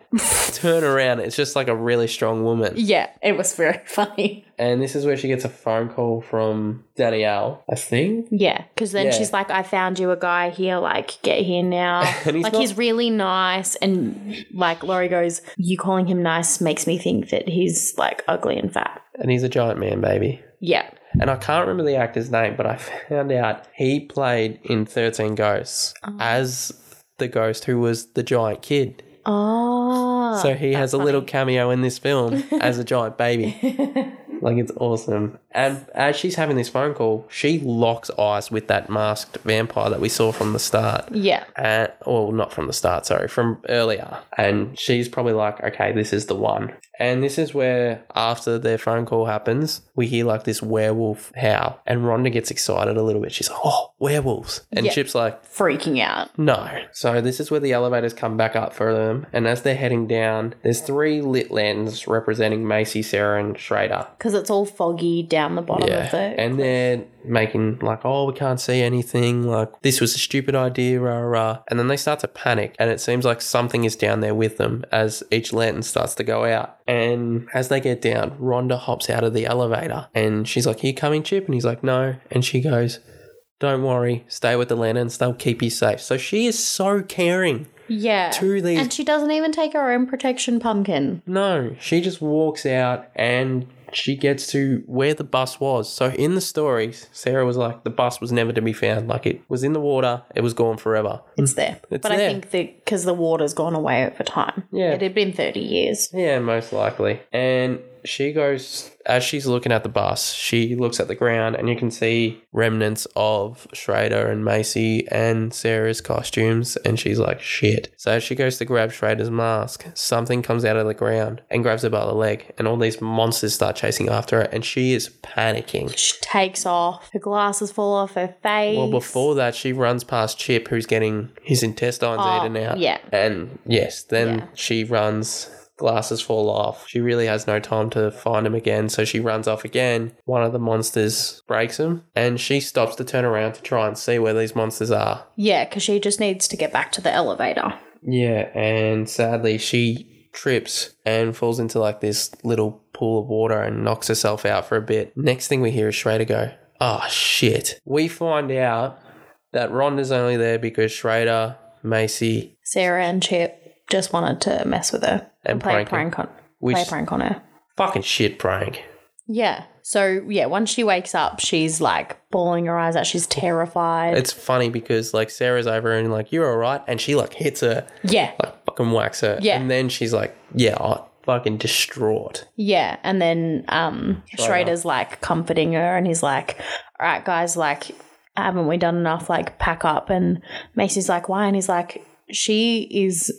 S1: Turn around. It's just like a really strong woman.
S2: yeah. It was very funny.
S1: And this is where she gets a phone call from Danielle, I think.
S2: Yeah, because then
S1: Yeah.
S2: she's like, "I found you a guy here. Like, get here now.
S1: And he's
S2: like,
S1: not-
S2: he's really nice." And like Laurie goes, "You calling him nice makes me think that he's like ugly and fat."
S1: And he's a giant man, baby.
S2: Yeah.
S1: and I can't remember the actor's name, but I found out he played in 13 Ghosts as the ghost who was the giant kid.
S2: Oh.
S1: so he has a little cameo in this film as a giant baby. like, it's awesome. And as she's having this phone call, she locks eyes with that masked vampire that we saw from the start.
S2: yeah.
S1: And, well, not from the start, sorry, from earlier. And she's probably like, okay, this is the one. And this is where, after their phone call happens, we hear like this werewolf howl. And Rhonda gets excited a little bit. She's like, oh, werewolves. And
S2: Yeah.
S1: Chip's like,
S2: Freaking out.
S1: no. So this is where the elevators come back up for them. And as they're heading down, there's three lit lanterns representing Macy, Sarah, and Schrader.
S2: Because it's all foggy down the bottom
S1: Yeah.
S2: of the.
S1: and they're making like, oh, we can't see anything. Like, this was a stupid idea, rah, rah, rah. And then they start to panic. And it seems like something is down there with them as each lantern starts to go out. And as they get down, Rhonda hops out of the elevator and she's like, Are you coming, Chip? And he's like, No. And she goes, Don't worry, stay with the lanterns. They'll keep you safe. So she is so caring.
S2: yeah.
S1: to these-
S2: And she doesn't even take her own protection pumpkin.
S1: Mm. No, she just walks out and she gets to where the bus was. So in the story, Sarah was like, the bus was never to be found. Like it was in the water, it was gone forever.
S2: It's there.
S1: It's
S2: but
S1: there.
S2: I think that because the water's gone away over time.
S1: Yeah.
S2: It had been 30 years.
S1: Yeah, most likely. And she goes, as she's looking at the bus, she looks at the ground and you can see remnants of Schrader and Macy and Sarah's costumes. And she's like, shit. So as she goes to grab Schrader's mask, something comes out of the ground and grabs her by the leg. And all these monsters start chasing after her. And she is panicking.
S2: She takes off. Her glasses fall off her face.
S1: Well, before that, she runs past Chip, who's getting his intestines
S2: Oh,
S1: eaten out.
S2: yeah.
S1: And yes, then
S2: Yeah.
S1: she runs. Glasses fall off. She really has no time to find him again, so she runs off again. One of the monsters breaks him, and she stops to turn around to try and see where these monsters are.
S2: Yeah, because she just needs to get back to the elevator.
S1: Yeah, and sadly, she trips and falls into like this little pool of water and knocks herself out for a bit. Next thing we hear is Schrader go, Oh shit. We find out that Rhonda's only there because Schrader, Macy,
S2: Sarah and Chip just wanted to mess with her
S1: And
S2: and, play, a
S1: prank her.
S2: prank on,
S1: which
S2: play a prank on her.
S1: fucking shit prank.
S2: Yeah. So yeah, once she wakes up, she's like bawling her eyes out. She's terrified.
S1: It's funny because like Sarah's over and like you're all right, and she like hits her,
S2: yeah.
S1: like fucking whacks her,
S2: Yeah.
S1: and then she's like, yeah, i fucking distraught.
S2: Yeah, and then um, Schrader's like comforting her, and he's like, "All right, guys, like, haven't we done enough? Like, pack up." And Macy's like, "Why?" And he's like, "She is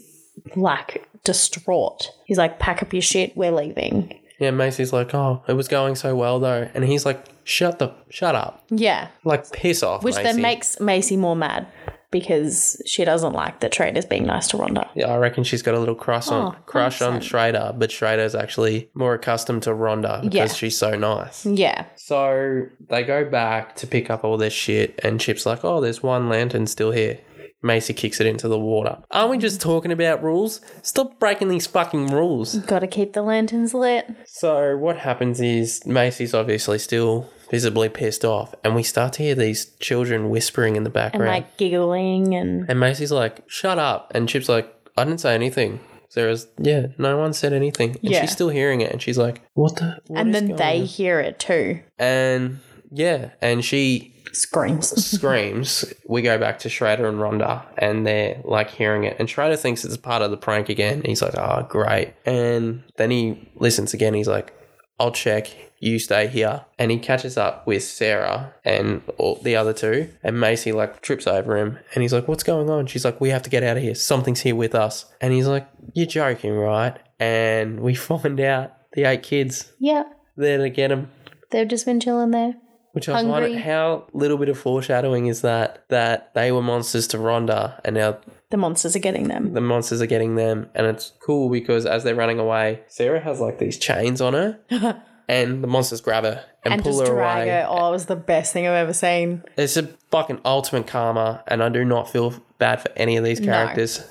S2: like distraught." He's like, "Pack up your shit, we're leaving."
S1: Yeah, Macy's like, oh, it was going so well though, and he's like, shut the, shut up,
S2: Yeah,
S1: like piss off,
S2: which
S1: Macy.
S2: then makes Macy more mad because she doesn't like that Schrader's being nice to Rhonda.
S1: Yeah, I reckon she's got a little crush on
S2: Oh,
S1: crush on Schrader, but Schrader's actually more accustomed to Rhonda because
S2: Yeah.
S1: she's so nice.
S2: Yeah,
S1: So they go back to pick up all their shit, and Chip's like, "Oh, there's one lantern still here." Macy kicks it into the water. Aren't we just talking about rules? Stop breaking these fucking rules.
S2: got to keep the lanterns lit.
S1: So what happens is Macy's obviously still visibly pissed off, and we start to hear these children whispering in the
S2: And
S1: background.
S2: like giggling and
S1: And Macy's like, shut up. And Chip's like, I didn't say anything. Sarah's, yeah, no one said anything. And
S2: Yeah.
S1: she's still hearing it. And she's like, what the? what
S2: and
S1: is
S2: then
S1: going
S2: they
S1: on?"
S2: hear it too.
S1: And yeah. And she
S2: Screams.
S1: screams. we go back to Schrader and Rhonda. And they're like hearing it. And Schrader thinks it's part of the prank again. He's like, oh, great. And then he listens again. He's like, I'll check. You stay here. And he catches up with Sarah and all the other two. And Macy like trips over him and he's like, What's going on? She's like, We have to get out of here. Something's here with us. And he's like, You're joking, right? And we find out the eight kids
S2: yeah,
S1: there to get him.
S2: they've just been chilling there.
S1: Which I was
S2: Hungry.
S1: wondering how little bit of foreshadowing is that that they were monsters to Rhonda and now
S2: the monsters are getting them.
S1: the monsters are getting them and it's cool because as they're running away, Sarah has like these chains on her and the monsters grab her and,
S2: And
S1: pull
S2: just
S1: her
S2: drag
S1: away.
S2: her. Oh, it was the best thing I've ever seen.
S1: It's a fucking ultimate karma, and I do not feel bad for any of these characters.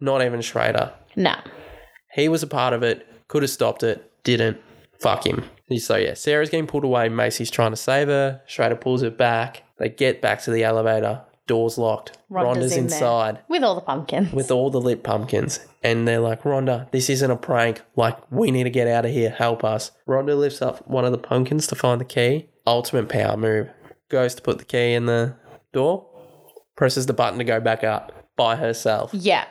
S1: Not even Schrader.
S2: Nah.
S1: He was a part of it, could have stopped it, didn't. Fuck him. So, yeah, Sarah's getting pulled away. Macy's trying to save her. Schrader pulls her back. They get back to the elevator. Door's locked.
S2: Rhonda's
S1: Rhonda's,
S2: in there.
S1: inside
S2: With all the pumpkins.
S1: with all the lit pumpkins. And they're like, Rhonda, this isn't a prank. Like, we need to get out of here. Help us. Rhonda lifts up one of the pumpkins to find the key. Ultimate power move. Goes to put the key in the door, presses the button to go back up by herself.
S2: yeah.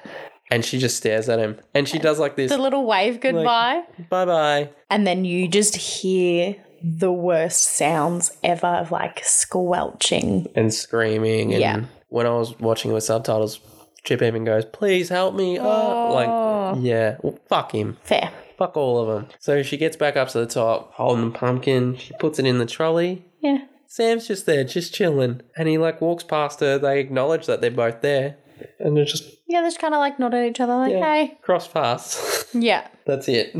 S1: And she just stares at him. And she does like this
S2: The little wave goodbye.
S1: bye bye.
S2: and then you just hear the worst sounds ever of like squelching.
S1: And screaming. And
S2: Yeah.
S1: when I was watching it with subtitles, Chip even goes, please help me. Oh. Like, yeah. Well, fuck him.
S2: Fair.
S1: Fuck all of them. So she gets back up to the top, holding the pumpkin. She puts it in the trolley.
S2: Yeah.
S1: Sam's just there, just chilling. And he like walks past her. They acknowledge that they're both there. And they're just
S2: Yeah, they just kind of like nod at each other, like,
S1: Yeah.
S2: hey.
S1: cross paths.
S2: Yeah.
S1: That's it.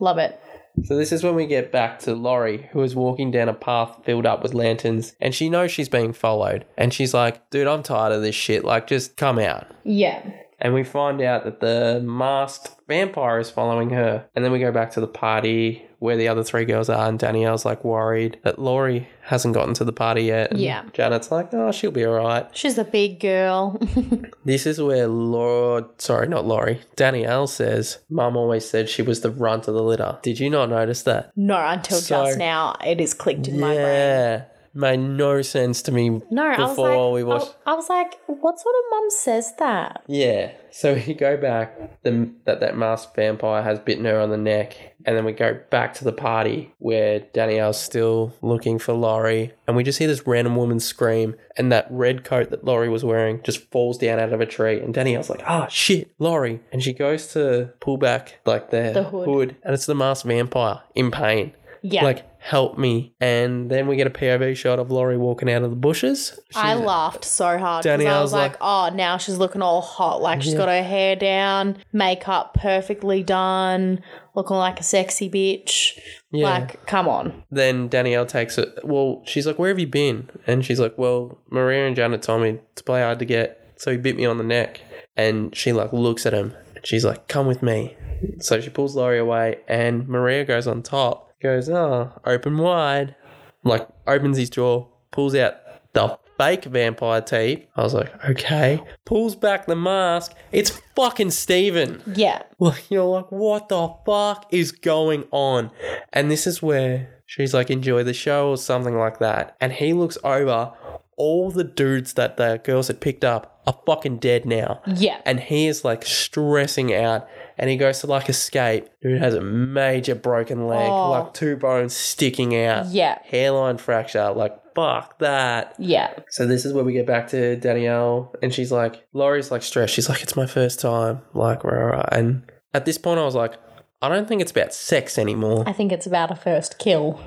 S2: Love it.
S1: So this is when we get back to Laurie, who is walking down a path filled up with lanterns, and she knows she's being followed. And she's like, dude, I'm tired of this shit. Like, just come out.
S2: Yeah.
S1: And we find out that the masked vampire is following her. And then we go back to the party where the other three girls are, and Danielle's like worried that Laurie hasn't gotten to the party yet. And
S2: Yeah.
S1: Janet's like, oh, she'll be all right.
S2: She's a big girl.
S1: This is where Laura, sorry, not Laurie, Danielle says, Mum always said she was the runt of the litter. Did you not notice that?
S2: no, until
S1: So-
S2: just now, it is clicked in my brain.
S1: yeah. Made no sense to me
S2: No, I was
S1: before
S2: like, oh,
S1: we watched.
S2: I, I was like, what sort of mum says that?
S1: Yeah. So we go back the, that that masked vampire has bitten her on the neck, and then we go back to the party where Danielle's still looking for Laurie, and we just hear this random woman scream, and that red coat that Laurie was wearing just falls down out of a tree, and Danielle's like, "Ah, shit, Laurie!" And she goes to pull back like the,
S2: The hood.
S1: hood. and it's the masked vampire in pain.
S2: Yeah.
S1: Like, help me. And then we get a POV shot of Laurie walking out of the bushes.
S2: I
S1: She's-
S2: laughed so hard because I
S1: Danielle's
S2: was like, oh, now she's looking all hot. Like she's got her hair down, makeup perfectly done, looking like a sexy bitch.
S1: Yeah.
S2: Like, come on.
S1: then Danielle takes it. Well, she's like, "Where have you been?" And she's like, "Well, Maria and Janet told me to play hard to get, so he bit me on the neck." And she like looks at him. And she's like, "Come with me." So she pulls Laurie away, and Maria goes on top. Goes, "Oh, open wide!" Like opens his jaw, pulls out the fake vampire teeth. I was like, "Okay." Pulls back the mask. It's fucking Steven.
S2: Yeah.
S1: Well, you're like, what the fuck is going on? And this is where She's like, enjoy the show or something like that. And he looks over. All the dudes that the girls had picked up are fucking dead now.
S2: Yeah.
S1: And he is like stressing out and he goes to like escape. Dude has a major broken leg,
S2: Oh.
S1: like two bones sticking out,
S2: Yeah.
S1: hairline fracture. Like, fuck that.
S2: Yeah.
S1: So this is where we get back to Danielle, and she's like, Laurie's like stressed. She's like, it's my first time, like, rah, rah, rah. and at this point, I was like, I don't think it's about sex anymore.
S2: I think it's about a first kill.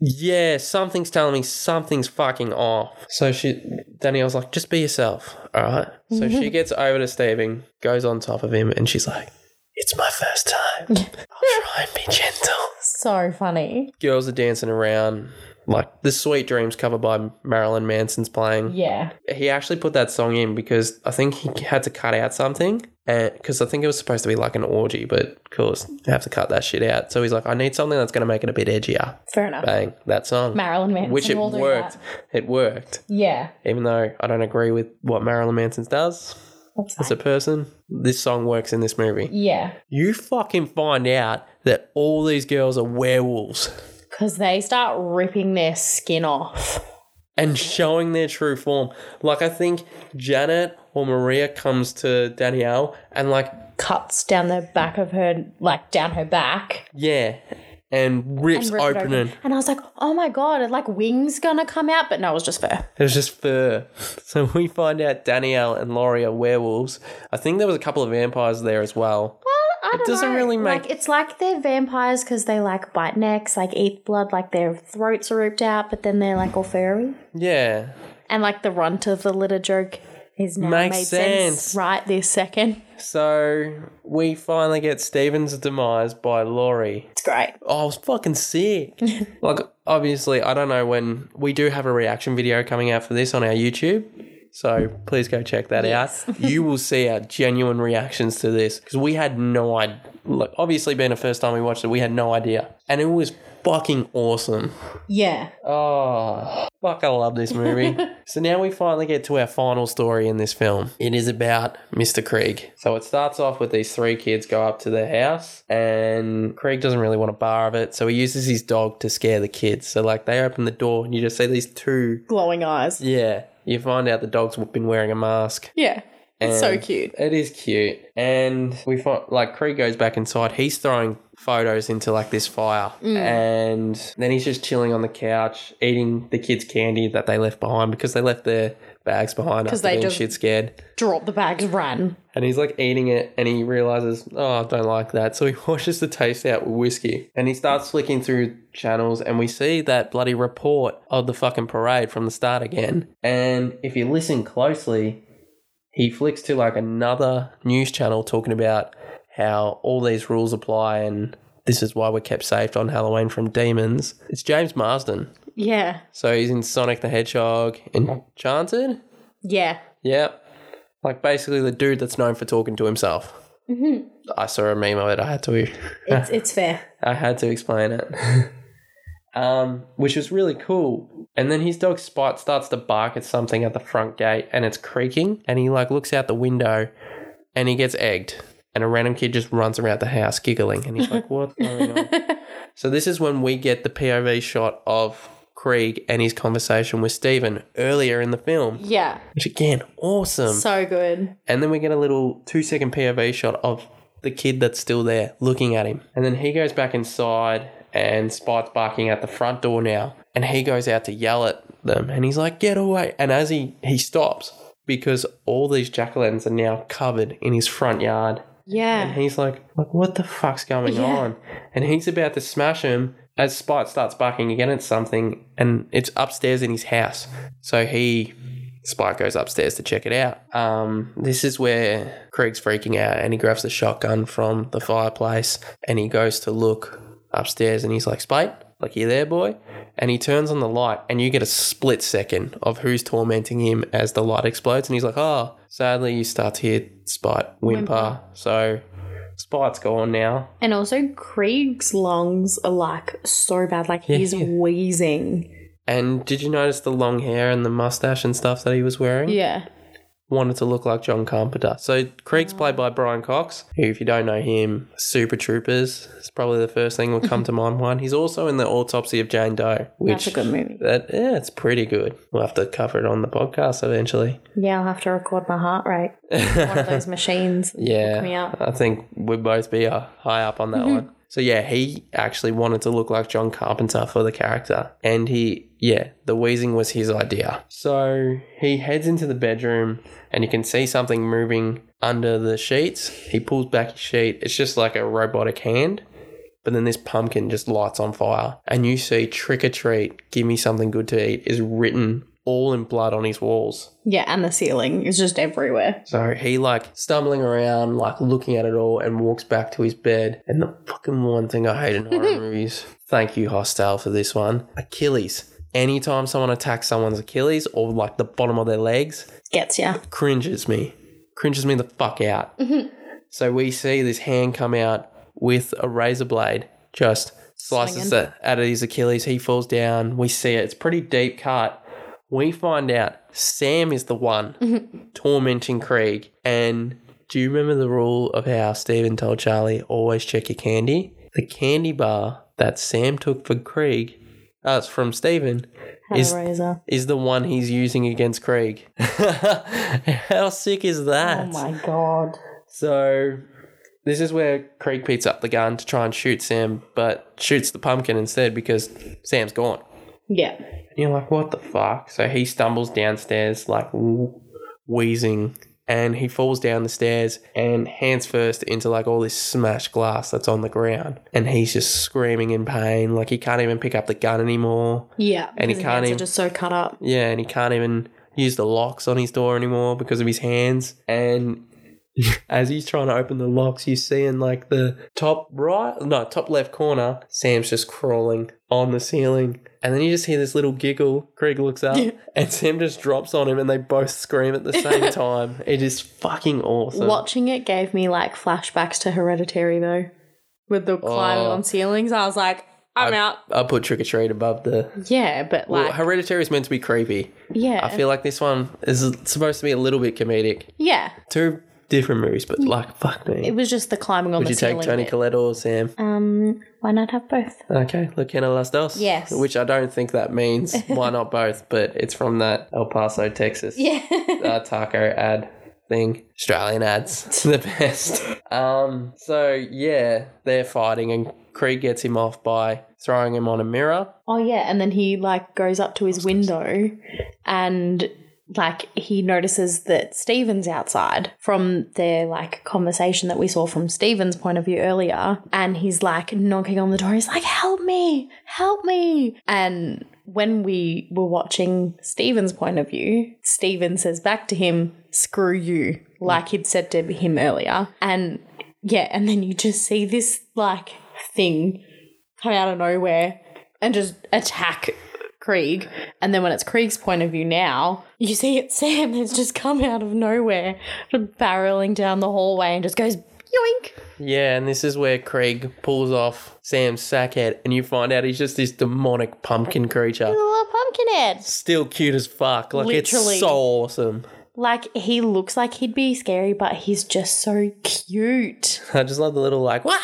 S1: yeah, something's telling me something's fucking off. So she, Danielle's like, just be yourself, all right. So she gets over to Steven, goes on top of him, and she's like, it's my first time. I'll try and be gentle
S2: So funny.
S1: girls are dancing around. Like the Sweet Dreams cover by Marilyn Manson's playing.
S2: Yeah.
S1: He actually put that song in because I think he had to cut out something. Because I think it was supposed to be like an orgy, but of course, you have to cut that shit out. So he's like, I need something that's going to make it a bit edgier.
S2: Fair enough.
S1: Bang, that song.
S2: Marilyn Manson.
S1: Which it
S2: will do
S1: worked.
S2: that.
S1: It worked.
S2: Yeah.
S1: Even though I don't agree with what Marilyn Manson does
S2: That's
S1: as a person, this song works in this movie.
S2: Yeah.
S1: You fucking find out that all these girls are werewolves.
S2: Because they start ripping their skin off.
S1: and showing their true form. Like I think Janet or Maria comes to Danielle and like
S2: Cuts down the back of her, like down her back.
S1: yeah, and rips
S2: and rip it
S1: open and
S2: open. And I was like, oh my God, are like wings gonna come out? But no, it was just fur.
S1: it's just fur. So we find out Danielle and Laurie are werewolves. I think there was a couple of vampires there as well.
S2: I don't
S1: doesn't
S2: know.
S1: really make-
S2: like it's like they're vampires because they like bite necks, like eat blood, like their throats are ripped out, but then they're like all furry.
S1: Yeah,
S2: And like the runt of the litter joke is now
S1: Makes
S2: made sense.
S1: sense.
S2: right this second.
S1: so we finally get Steven's demise by Laurie.
S2: It's great.
S1: Oh, I was fucking sick. like, obviously, I don't know when we do have a reaction video coming out for this on our YouTube. So please go check that out. you will see our genuine reactions to this because we had no idea. Like, obviously, being the first time we watched it, we had no idea. And it was fucking awesome.
S2: Yeah.
S1: Oh, fuck, I love this movie. so now we finally get to our final story in this film. It is about Mr. Krieg. So it starts off with these three kids go up to their house, and Krieg doesn't really want a bar of it, so he uses his dog to scare the kids. So, like, they open the door, and you just see these two.
S2: Glowing eyes.
S1: Yeah, you find out the dog's been wearing a mask.
S2: Yeah. It's so
S1: And-
S2: cute.
S1: It is cute. And we find, like, Krieg goes back inside. He's throwing photos into, like, this fire.
S2: Mm.
S1: And then he's just chilling on the couch, eating the kids' candy that they left behind because they left their bags behind after
S2: they
S1: being
S2: just-
S1: shit scared.
S2: Drop the bags, ran.
S1: And he's, like, eating it and he realizes, oh, I don't like that. So he washes the taste out with whiskey. And he starts flicking through channels and we see that bloody report of the fucking parade from the start again. And if you listen closely, he flicks to like another news channel talking about how all these rules apply and this is why we're kept safe on Halloween from demons. It's James Marsden.
S2: Yeah.
S1: So he's in Sonic the Hedgehog, Enchanted?
S2: Yeah.
S1: Yep. Like basically the dude that's known for talking to himself. I saw a meme of it. I had to
S2: It's it's fair.
S1: I had to explain it. um, which was really cool. And then his dog Spot starts to bark at something at the front gate and it's creaking. And he like looks out the window and he gets egged. And a random kid just runs around the house giggling and he's like, What's going on? so this is when we get the POV shot of Krieg and his conversation with Steven earlier in the film.
S2: Yeah.
S1: Which again, awesome.
S2: So good.
S1: And then we get a little two second POV shot of the kid that's still there looking at him. And then he goes back inside and Spite's barking at the front door now. And he goes out to yell at them and he's like, get away. And as he, he stops because all these jack o' lanterns are now covered in his front yard. And
S2: Yeah.
S1: he's like, like, what the fuck's going
S2: Yeah.
S1: on? And he's about to smash him as Spite starts barking again at something, and it's upstairs in his house. So he, Spite goes upstairs to check it out. Um, this is where Krieg's freaking out, and he grabs the shotgun from the fireplace, and he goes to look upstairs, and he's like, Spite, like you there, boy? And he turns on the light, and you get a split second of who's tormenting him as the light explodes, and he's like, oh. Sadly, you start to hear Spite whimper. So Spite's gone now.
S2: And also Krieg's lungs are like so bad. Like
S1: Yeah.
S2: he's wheezing.
S1: And did you notice the long hair and the mustache and stuff that he was wearing?
S2: Yeah.
S1: wanted to look like John Carpenter. So Krieg's played by Brian Cox, who, if you don't know him, Super Troopers is probably the first thing that would come to mind. One, he's also in the Autopsy of Jane Doe, which
S2: That's a good movie.
S1: That yeah, it's pretty good. We'll have to cover it on the podcast eventually.
S2: Yeah, I'll have to record my heart rate. One of those machines. Hook me
S1: Yeah,
S2: up.
S1: I think we'd both be uh, high up on that one. So yeah, he actually wanted to look like John Carpenter for the character, and he yeah, the wheezing was his idea. So he heads into the bedroom, and you can see something moving under the sheets. He pulls back his sheet. It's just like a robotic hand. But then this pumpkin just lights on fire, and you see "Trick or Treat, Give Me Something Good to Eat" is written all in blood on his walls.
S2: Yeah, and the ceiling is just everywhere.
S1: So he like stumbling around, like looking at it all, and walks back to his bed. And the fucking one thing I hate in horror movies. Thank you, Hostile, for this one. Achilles. Anytime someone attacks someone's Achilles or like the bottom of their legs,
S2: Gets ya.
S1: cringes me, cringes me the fuck out.
S2: Mm-hmm.
S1: So we see this hand come out with a razor blade, just slices
S2: Slinging.
S1: it out of his Achilles. He falls down. We see it. It's pretty deep cut. We find out Sam is the
S2: Mm-hmm.
S1: one tormenting Krieg. And do you remember the rule of how Steven told Charlie always check your candy? The candy bar that Sam took for Krieg, that's from Steven,
S2: Had
S1: is
S2: a razor.
S1: is the one he's using against Krieg. How sick is that?
S2: Oh god.
S1: So this is where Krieg picks up the gun to try and shoot Sam, but shoots the pumpkin instead because Sam's gone.
S2: Yeah.
S1: And you're like, what the fuck? So he stumbles downstairs like wh- wheezing and he falls down the stairs and hands first into like all this smashed glass that's on the ground. And he's just screaming in pain, like he can't even pick up the gun anymore.
S2: Yeah.
S1: And he
S2: because his
S1: can't
S2: hands
S1: even-
S2: are just so cut up.
S1: Yeah, and he can't even use the locks on his door anymore because of his hands. And as he's trying to open the locks, you see in like the top right, no, top left corner, Sam's just crawling on the ceiling. And then you just hear this little giggle. Craig looks up and Sam just drops on him and they both scream at the same time. It is fucking awesome.
S2: Watching it gave me like flashbacks to Hereditary though, with the climbing
S1: Oh.
S2: on ceilings. I was like, I'm
S1: I-
S2: out.
S1: I put trick or treat above the.
S2: Yeah, but
S1: Well,
S2: like,
S1: Hereditary is meant to be creepy.
S2: yeah,
S1: I feel like this one is supposed to be a little bit comedic.
S2: yeah.
S1: Two different movies, but like, fuck me.
S2: It was just the climbing on
S1: Would
S2: the
S1: you
S2: ceiling.
S1: take Tony
S2: bit.
S1: Collette or Sam?
S2: um, why not have both?
S1: Okay, Luciana Las Dos.
S2: Yes.
S1: Which I don't think that means why not both, but it's from that El Paso, Texas
S2: Yeah.
S1: uh, taco ad thing. Australian ads. the best. Um, so, yeah, they're fighting and Krieg gets him off by throwing him on a mirror.
S2: oh yeah, and then he like goes up to his window, and like he notices that Steven's outside from their like conversation that we saw from Steven's point of view earlier, and he's like knocking on the door. He's like, "Help me! Help me!" And when we were watching Steven's point of view, Steven says back to him, "Screw you," like he'd said to him earlier, and yeah, and then you just see this like thing come out of nowhere and just attack Krieg. And then when it's Krieg's point of view now, you see it's Sam that's just come out of nowhere, barreling down the hallway and just goes yoink.
S1: Yeah, and this is where Krieg pulls off Sam's sackhead and you find out he's just this demonic pumpkin creature.
S2: Little Pumpkinhead.
S1: Still cute as fuck. Like,
S2: Literally.
S1: it's so awesome.
S2: Like he looks like he'd be scary, but he's just so cute.
S1: I just love the little like "Wah!"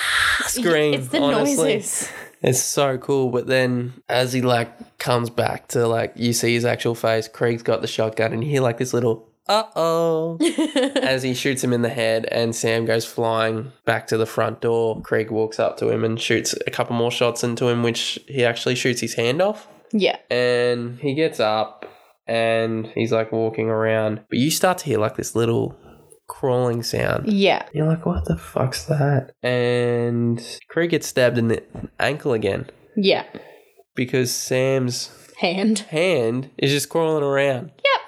S1: scream.
S2: It's the
S1: honestly.
S2: noises.
S1: It's so cool. But then as he like comes back to like you see his actual face, Craig's got the shotgun and you hear like this little uh oh as he shoots him in the head and Sam goes flying back to the front door. Craig walks up to him and shoots a couple more shots into him, which he actually shoots his hand off.
S2: Yeah.
S1: And he gets up and he's like walking around. But you start to hear like this little crawling sound.
S2: Yeah.
S1: You're like, what the fuck's that? And Craig gets stabbed in the ankle again
S2: Yeah.
S1: because Sam's
S2: Hand.
S1: hand is just crawling around. Yep.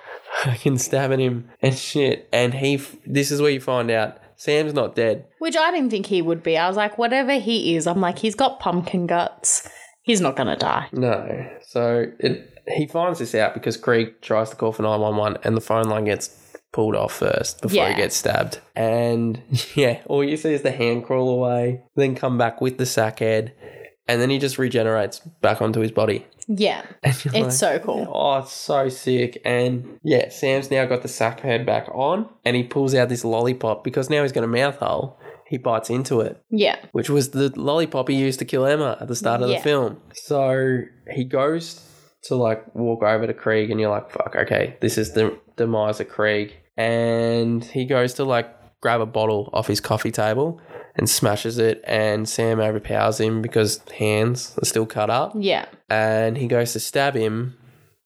S1: Fucking stabbing him and shit. And he, f- this is where you find out Sam's not dead.
S2: Which I didn't think he would be. I was like, whatever he is, I'm like, he's got pumpkin guts. He's not gonna die.
S1: No. So it, he finds this out because Craig tries to call for 911 and the phone line gets pulled off first before he
S2: Yeah.
S1: gets stabbed. And yeah, all you see is the hand crawl away, then come back with the sack head, and then he just regenerates back onto his body.
S2: Yeah.
S1: And you're
S2: It's so cool.
S1: Oh, it's so sick. And yeah, Sam's now got the sack pad back on and he pulls out this lollipop because now he's got a mouth hole. He bites into it,
S2: Yeah.
S1: which was the lollipop he used to kill Emma at the start of
S2: Yeah.
S1: the film. So he goes to like walk over to Krieg and you're like, fuck, okay, this is the demise of Krieg. And he goes to like grab a bottle off his coffee table and smashes it and Sam overpowers him because hands are still cut up
S2: Yeah.
S1: and he goes to stab him,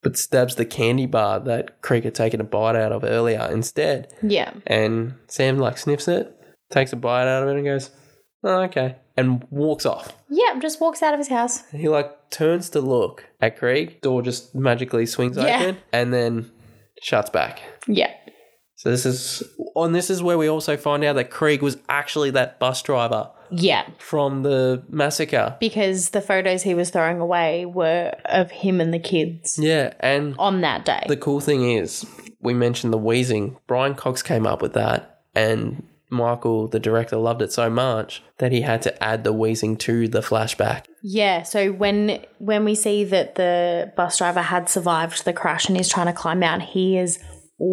S1: but stabs the candy bar that Creek had taken a bite out of earlier instead.
S2: Yeah.
S1: And Sam like sniffs it, takes a bite out of it, and goes, "Oh, okay," and walks off.
S2: Yeah. Just walks out of his house.
S1: He like turns to look at Creek, door just magically swings
S2: Yeah.
S1: open, and then shuts back.
S2: Yeah.
S1: So this is, and this is where we also find out that Krieg was actually that bus driver
S2: Yeah.
S1: from the massacre.
S2: Because the photos he was throwing away were of him and the kids
S1: Yeah, and
S2: on that day.
S1: The cool thing is, we mentioned the wheezing. Brian Cox came up with that, and Michael, the director, loved it so much that he had to add the wheezing to the flashback.
S2: Yeah, so when when we see that the bus driver had survived the crash and he's trying to climb out, he is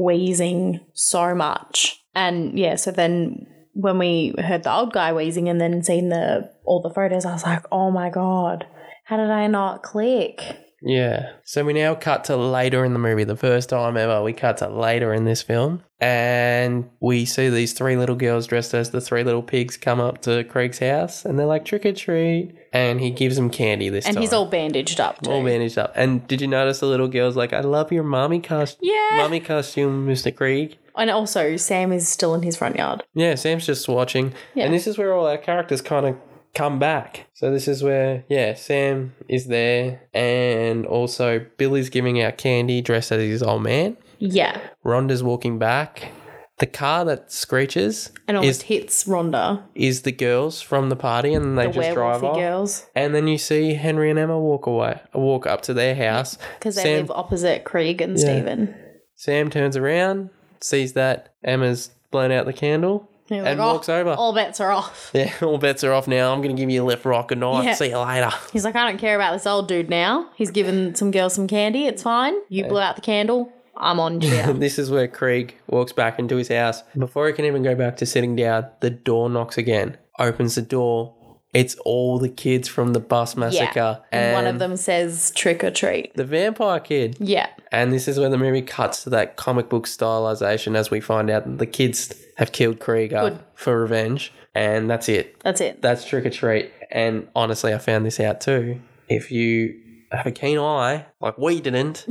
S2: wheezing so much. And yeah, so then when we heard the old guy wheezing and then seen the all the photos, I was like, "Oh my god. How did I not click?"
S1: Yeah. So we now cut to later in the movie, the first time ever we cut to later in this film, and we see these three little girls dressed as the three little pigs come up to Craig's house, and they're like trick or treat, and he gives them candy this
S2: And
S1: time.
S2: he's all bandaged up too.
S1: all managed up. And did you notice the little girl's like, "I love your mommy costume,
S2: yeah.
S1: mommy costume, Mr. Craig."
S2: And also Sam is still in his front yard.
S1: Yeah, Sam's just watching.
S2: Yeah.
S1: And this is where all our characters kind of come back. So this is where, yeah, Sam is there. And also, Billy's giving out candy dressed as his old man.
S2: Yeah.
S1: Rhonda's walking back. The car that screeches
S2: And almost
S1: is,
S2: hits Rhonda,
S1: is the girls from the party, and they
S2: the
S1: just drive
S2: werewolfy
S1: off.
S2: girls,
S1: And then you see Henry and Emma walk away, walk up to their house.
S2: because they
S1: Sam-
S2: live opposite Krieg and Stephen.
S1: Sam turns around, sees that Emma's blown out the candle,
S2: And,
S1: and walks over.
S2: "Oh, All bets are off.
S1: Yeah, all bets are off now. I'm going to give you a left rock. Good night.
S2: Yeah.
S1: See you later.
S2: He's like, I don't care about this old dude now. He's giving some girls some candy. It's fine. You blew out the candle. I'm on to you.
S1: And this is where Krieg walks back into his house. Before he can even go back to sitting down, the door knocks again. Opens the door. It's all the kids from the bus
S2: yeah.
S1: massacre.
S2: and one of them says trick or treat.
S1: The vampire kid.
S2: Yeah.
S1: And this is where the movie cuts to that comic book stylization as we find out that the kids have killed Krieg up
S2: Good.
S1: for revenge. And that's it.
S2: That's it.
S1: That's trick or treat. And honestly, I found this out too. If you have a keen eye, like we didn't,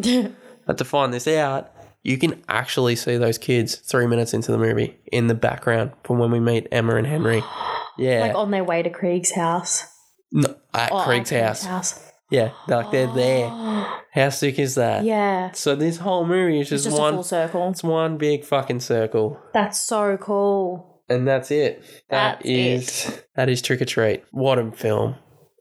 S1: but to find this out, you can actually see those kids three minutes into the movie in the background from when we meet Emma and Henry. Yeah.
S2: Like oh, on their way to Krieg's house. Oh,
S1: no, at
S2: Or
S1: Craig's
S2: at
S1: house. Yeah. Like they're there. How sick is that?
S2: Yeah.
S1: So this whole movie is just,
S2: It's just a
S1: one
S2: full circle.
S1: it's one big fucking circle.
S2: That's so cool.
S1: And that's it. That
S2: That's
S1: is that is trick or treat. What a film.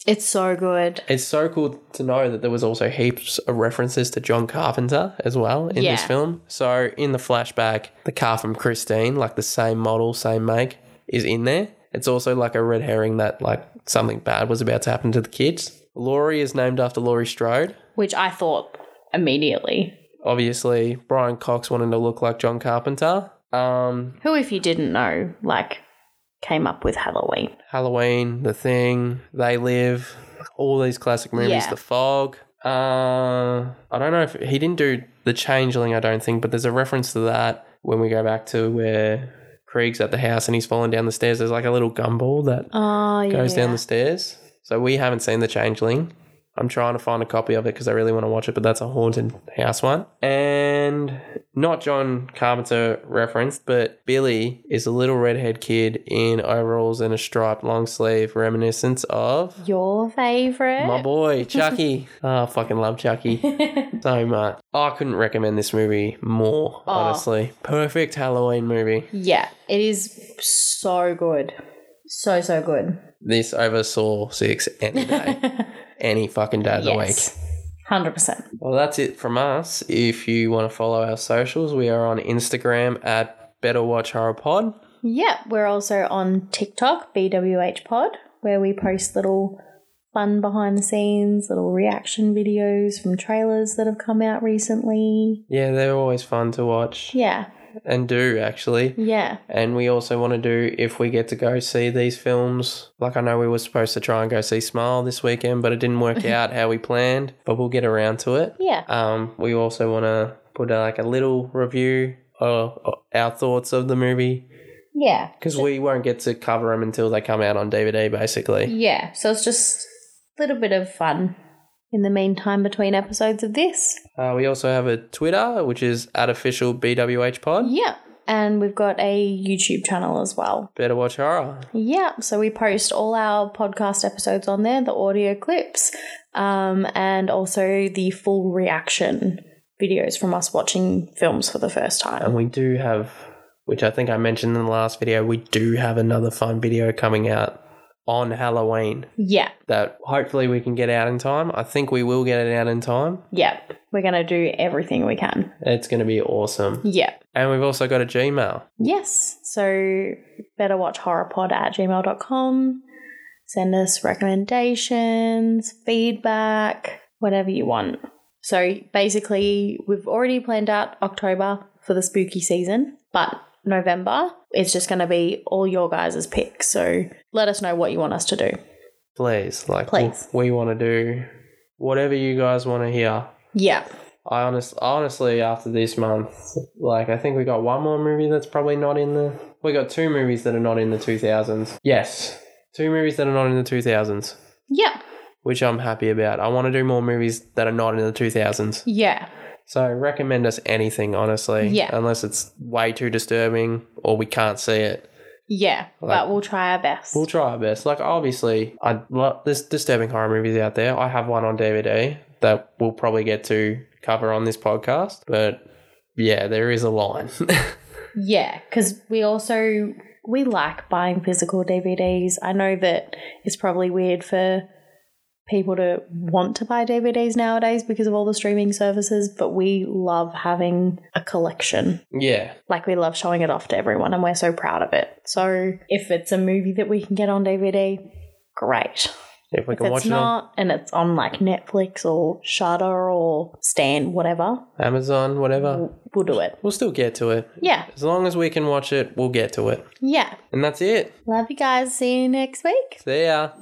S2: It's so good.
S1: It's so cool to know that there was also heaps of references to John Carpenter as well in
S2: Yeah.
S1: this film. So in the flashback, the car from Christine, like the same model, same make, is in there. It's also like a red herring that like something bad was about to happen to the kids. Laurie is named after Laurie Strode.
S2: Which I thought immediately.
S1: Obviously, Brian Cox wanted to look like John Carpenter. Um,
S2: Who, if you didn't know, like came up with Halloween.
S1: Halloween, The Thing, They Live, all these classic movies,
S2: Yeah.
S1: The Fog. Uh, I don't know if he didn't do The Changeling, I don't think, but there's a reference to that when we go back to where Krieg's at the house and he's falling down the stairs. There's like a little gumball that
S2: Oh, yeah.
S1: goes down the stairs. So we haven't seen The Changeling. I'm trying to find a copy of it because I really want to watch it, but that's a haunted house one. And not John Carpenter referenced, but Billy is a little redhead kid in overalls and a striped long sleeve, reminiscence of
S2: Your favorite?
S1: my boy Chucky. oh, I fucking love Chucky so much. I couldn't recommend this movie more,
S2: Aw.
S1: honestly. Perfect Halloween movie.
S2: yeah, it is so good. So, so good.
S1: This over Saw 6 any day, any fucking day of the week.
S2: yes. 100%.
S1: Well, that's it from us. If you want to follow our socials, we are on Instagram at Better Watch Horror Pod.
S2: Yeah, we're also on TikTok, BWH Pod, where we post little fun behind the scenes, little reaction videos from trailers that have come out recently.
S1: Yeah, they're always fun to watch
S2: Yeah,
S1: and do actually.
S2: yeah,
S1: And we also want to do if we get to go see these films. Like I know we were supposed to try and go see Smile this weekend, but it didn't work out how we planned. But we'll get around to it.
S2: yeah.
S1: Um, we also want to put uh, like a little review of of our thoughts of the movie
S2: Yeah.
S1: because we won't get to cover them until they come out on DVD, basically.
S2: Yeah. So it's just a little bit of fun in the meantime between episodes of this.
S1: Uh, we also have a Twitter, which is at official BWH Pod.
S2: Yeah. And we've got a YouTube channel as well.
S1: Better watch horror.
S2: Yeah. So we post all our podcast episodes on there, the audio clips, um, and also the full reaction videos from us watching films for the first
S1: And
S2: time.
S1: we do have, which I think I mentioned in the last video, we do have another fun video coming out on Halloween
S2: Yeah.
S1: that hopefully we can get out in time. I think we will get it out in time.
S2: Yeah. We're going to do everything we can.
S1: It's going to be awesome.
S2: Yeah.
S1: And we've also got a Gmail.
S2: Yes. So better watch horrorpod at gmail.com. Send us recommendations, feedback, whatever you want. So basically, we've already planned out October for the spooky season, but November it's just going to be all your guys' picks. So let us know what you want us to do.
S1: Please, like,
S2: Please.
S1: we want to do whatever you guys want to hear.
S2: Yeah.
S1: I honest, honestly, after this month, like I think we got one more movie that's probably not in the. We got two movies that are not in the two thousands. Yes, two movies that are not in the two thousands,
S2: Yeah.
S1: which I'm happy about. I want to do more movies that are not in the two thousands.
S2: Yeah.
S1: So recommend us anything, honestly.
S2: Yeah.
S1: Unless it's way too disturbing or we can't see it,
S2: Yeah.
S1: Like-
S2: but we'll try our best.
S1: we'll try our best. Like obviously, I love there's disturbing horror movies out there. I have one on DVD that we'll probably get to cover on this podcast, but. Yeah, there is a line.
S2: Yeah, because we also we like buying physical DVDs. I know that it's probably weird for people to want to buy DVDs nowadays because of all the streaming services, but we love having a collection.
S1: Yeah,
S2: Like we love showing it off to everyone and we're so proud of it. So if it's a movie that we can get on DVD, great.
S1: if we
S2: If
S1: can watch
S2: it's
S1: it on
S2: not and it's on like Netflix or Shutter or Stan, whatever,
S1: Amazon, whatever,
S2: we'll, we'll do it.
S1: we'll still get to it.
S2: Yeah.
S1: As long as we can watch it, we'll get to it.
S2: Yeah.
S1: And that's it.
S2: Love you guys. See you next week.
S1: See ya.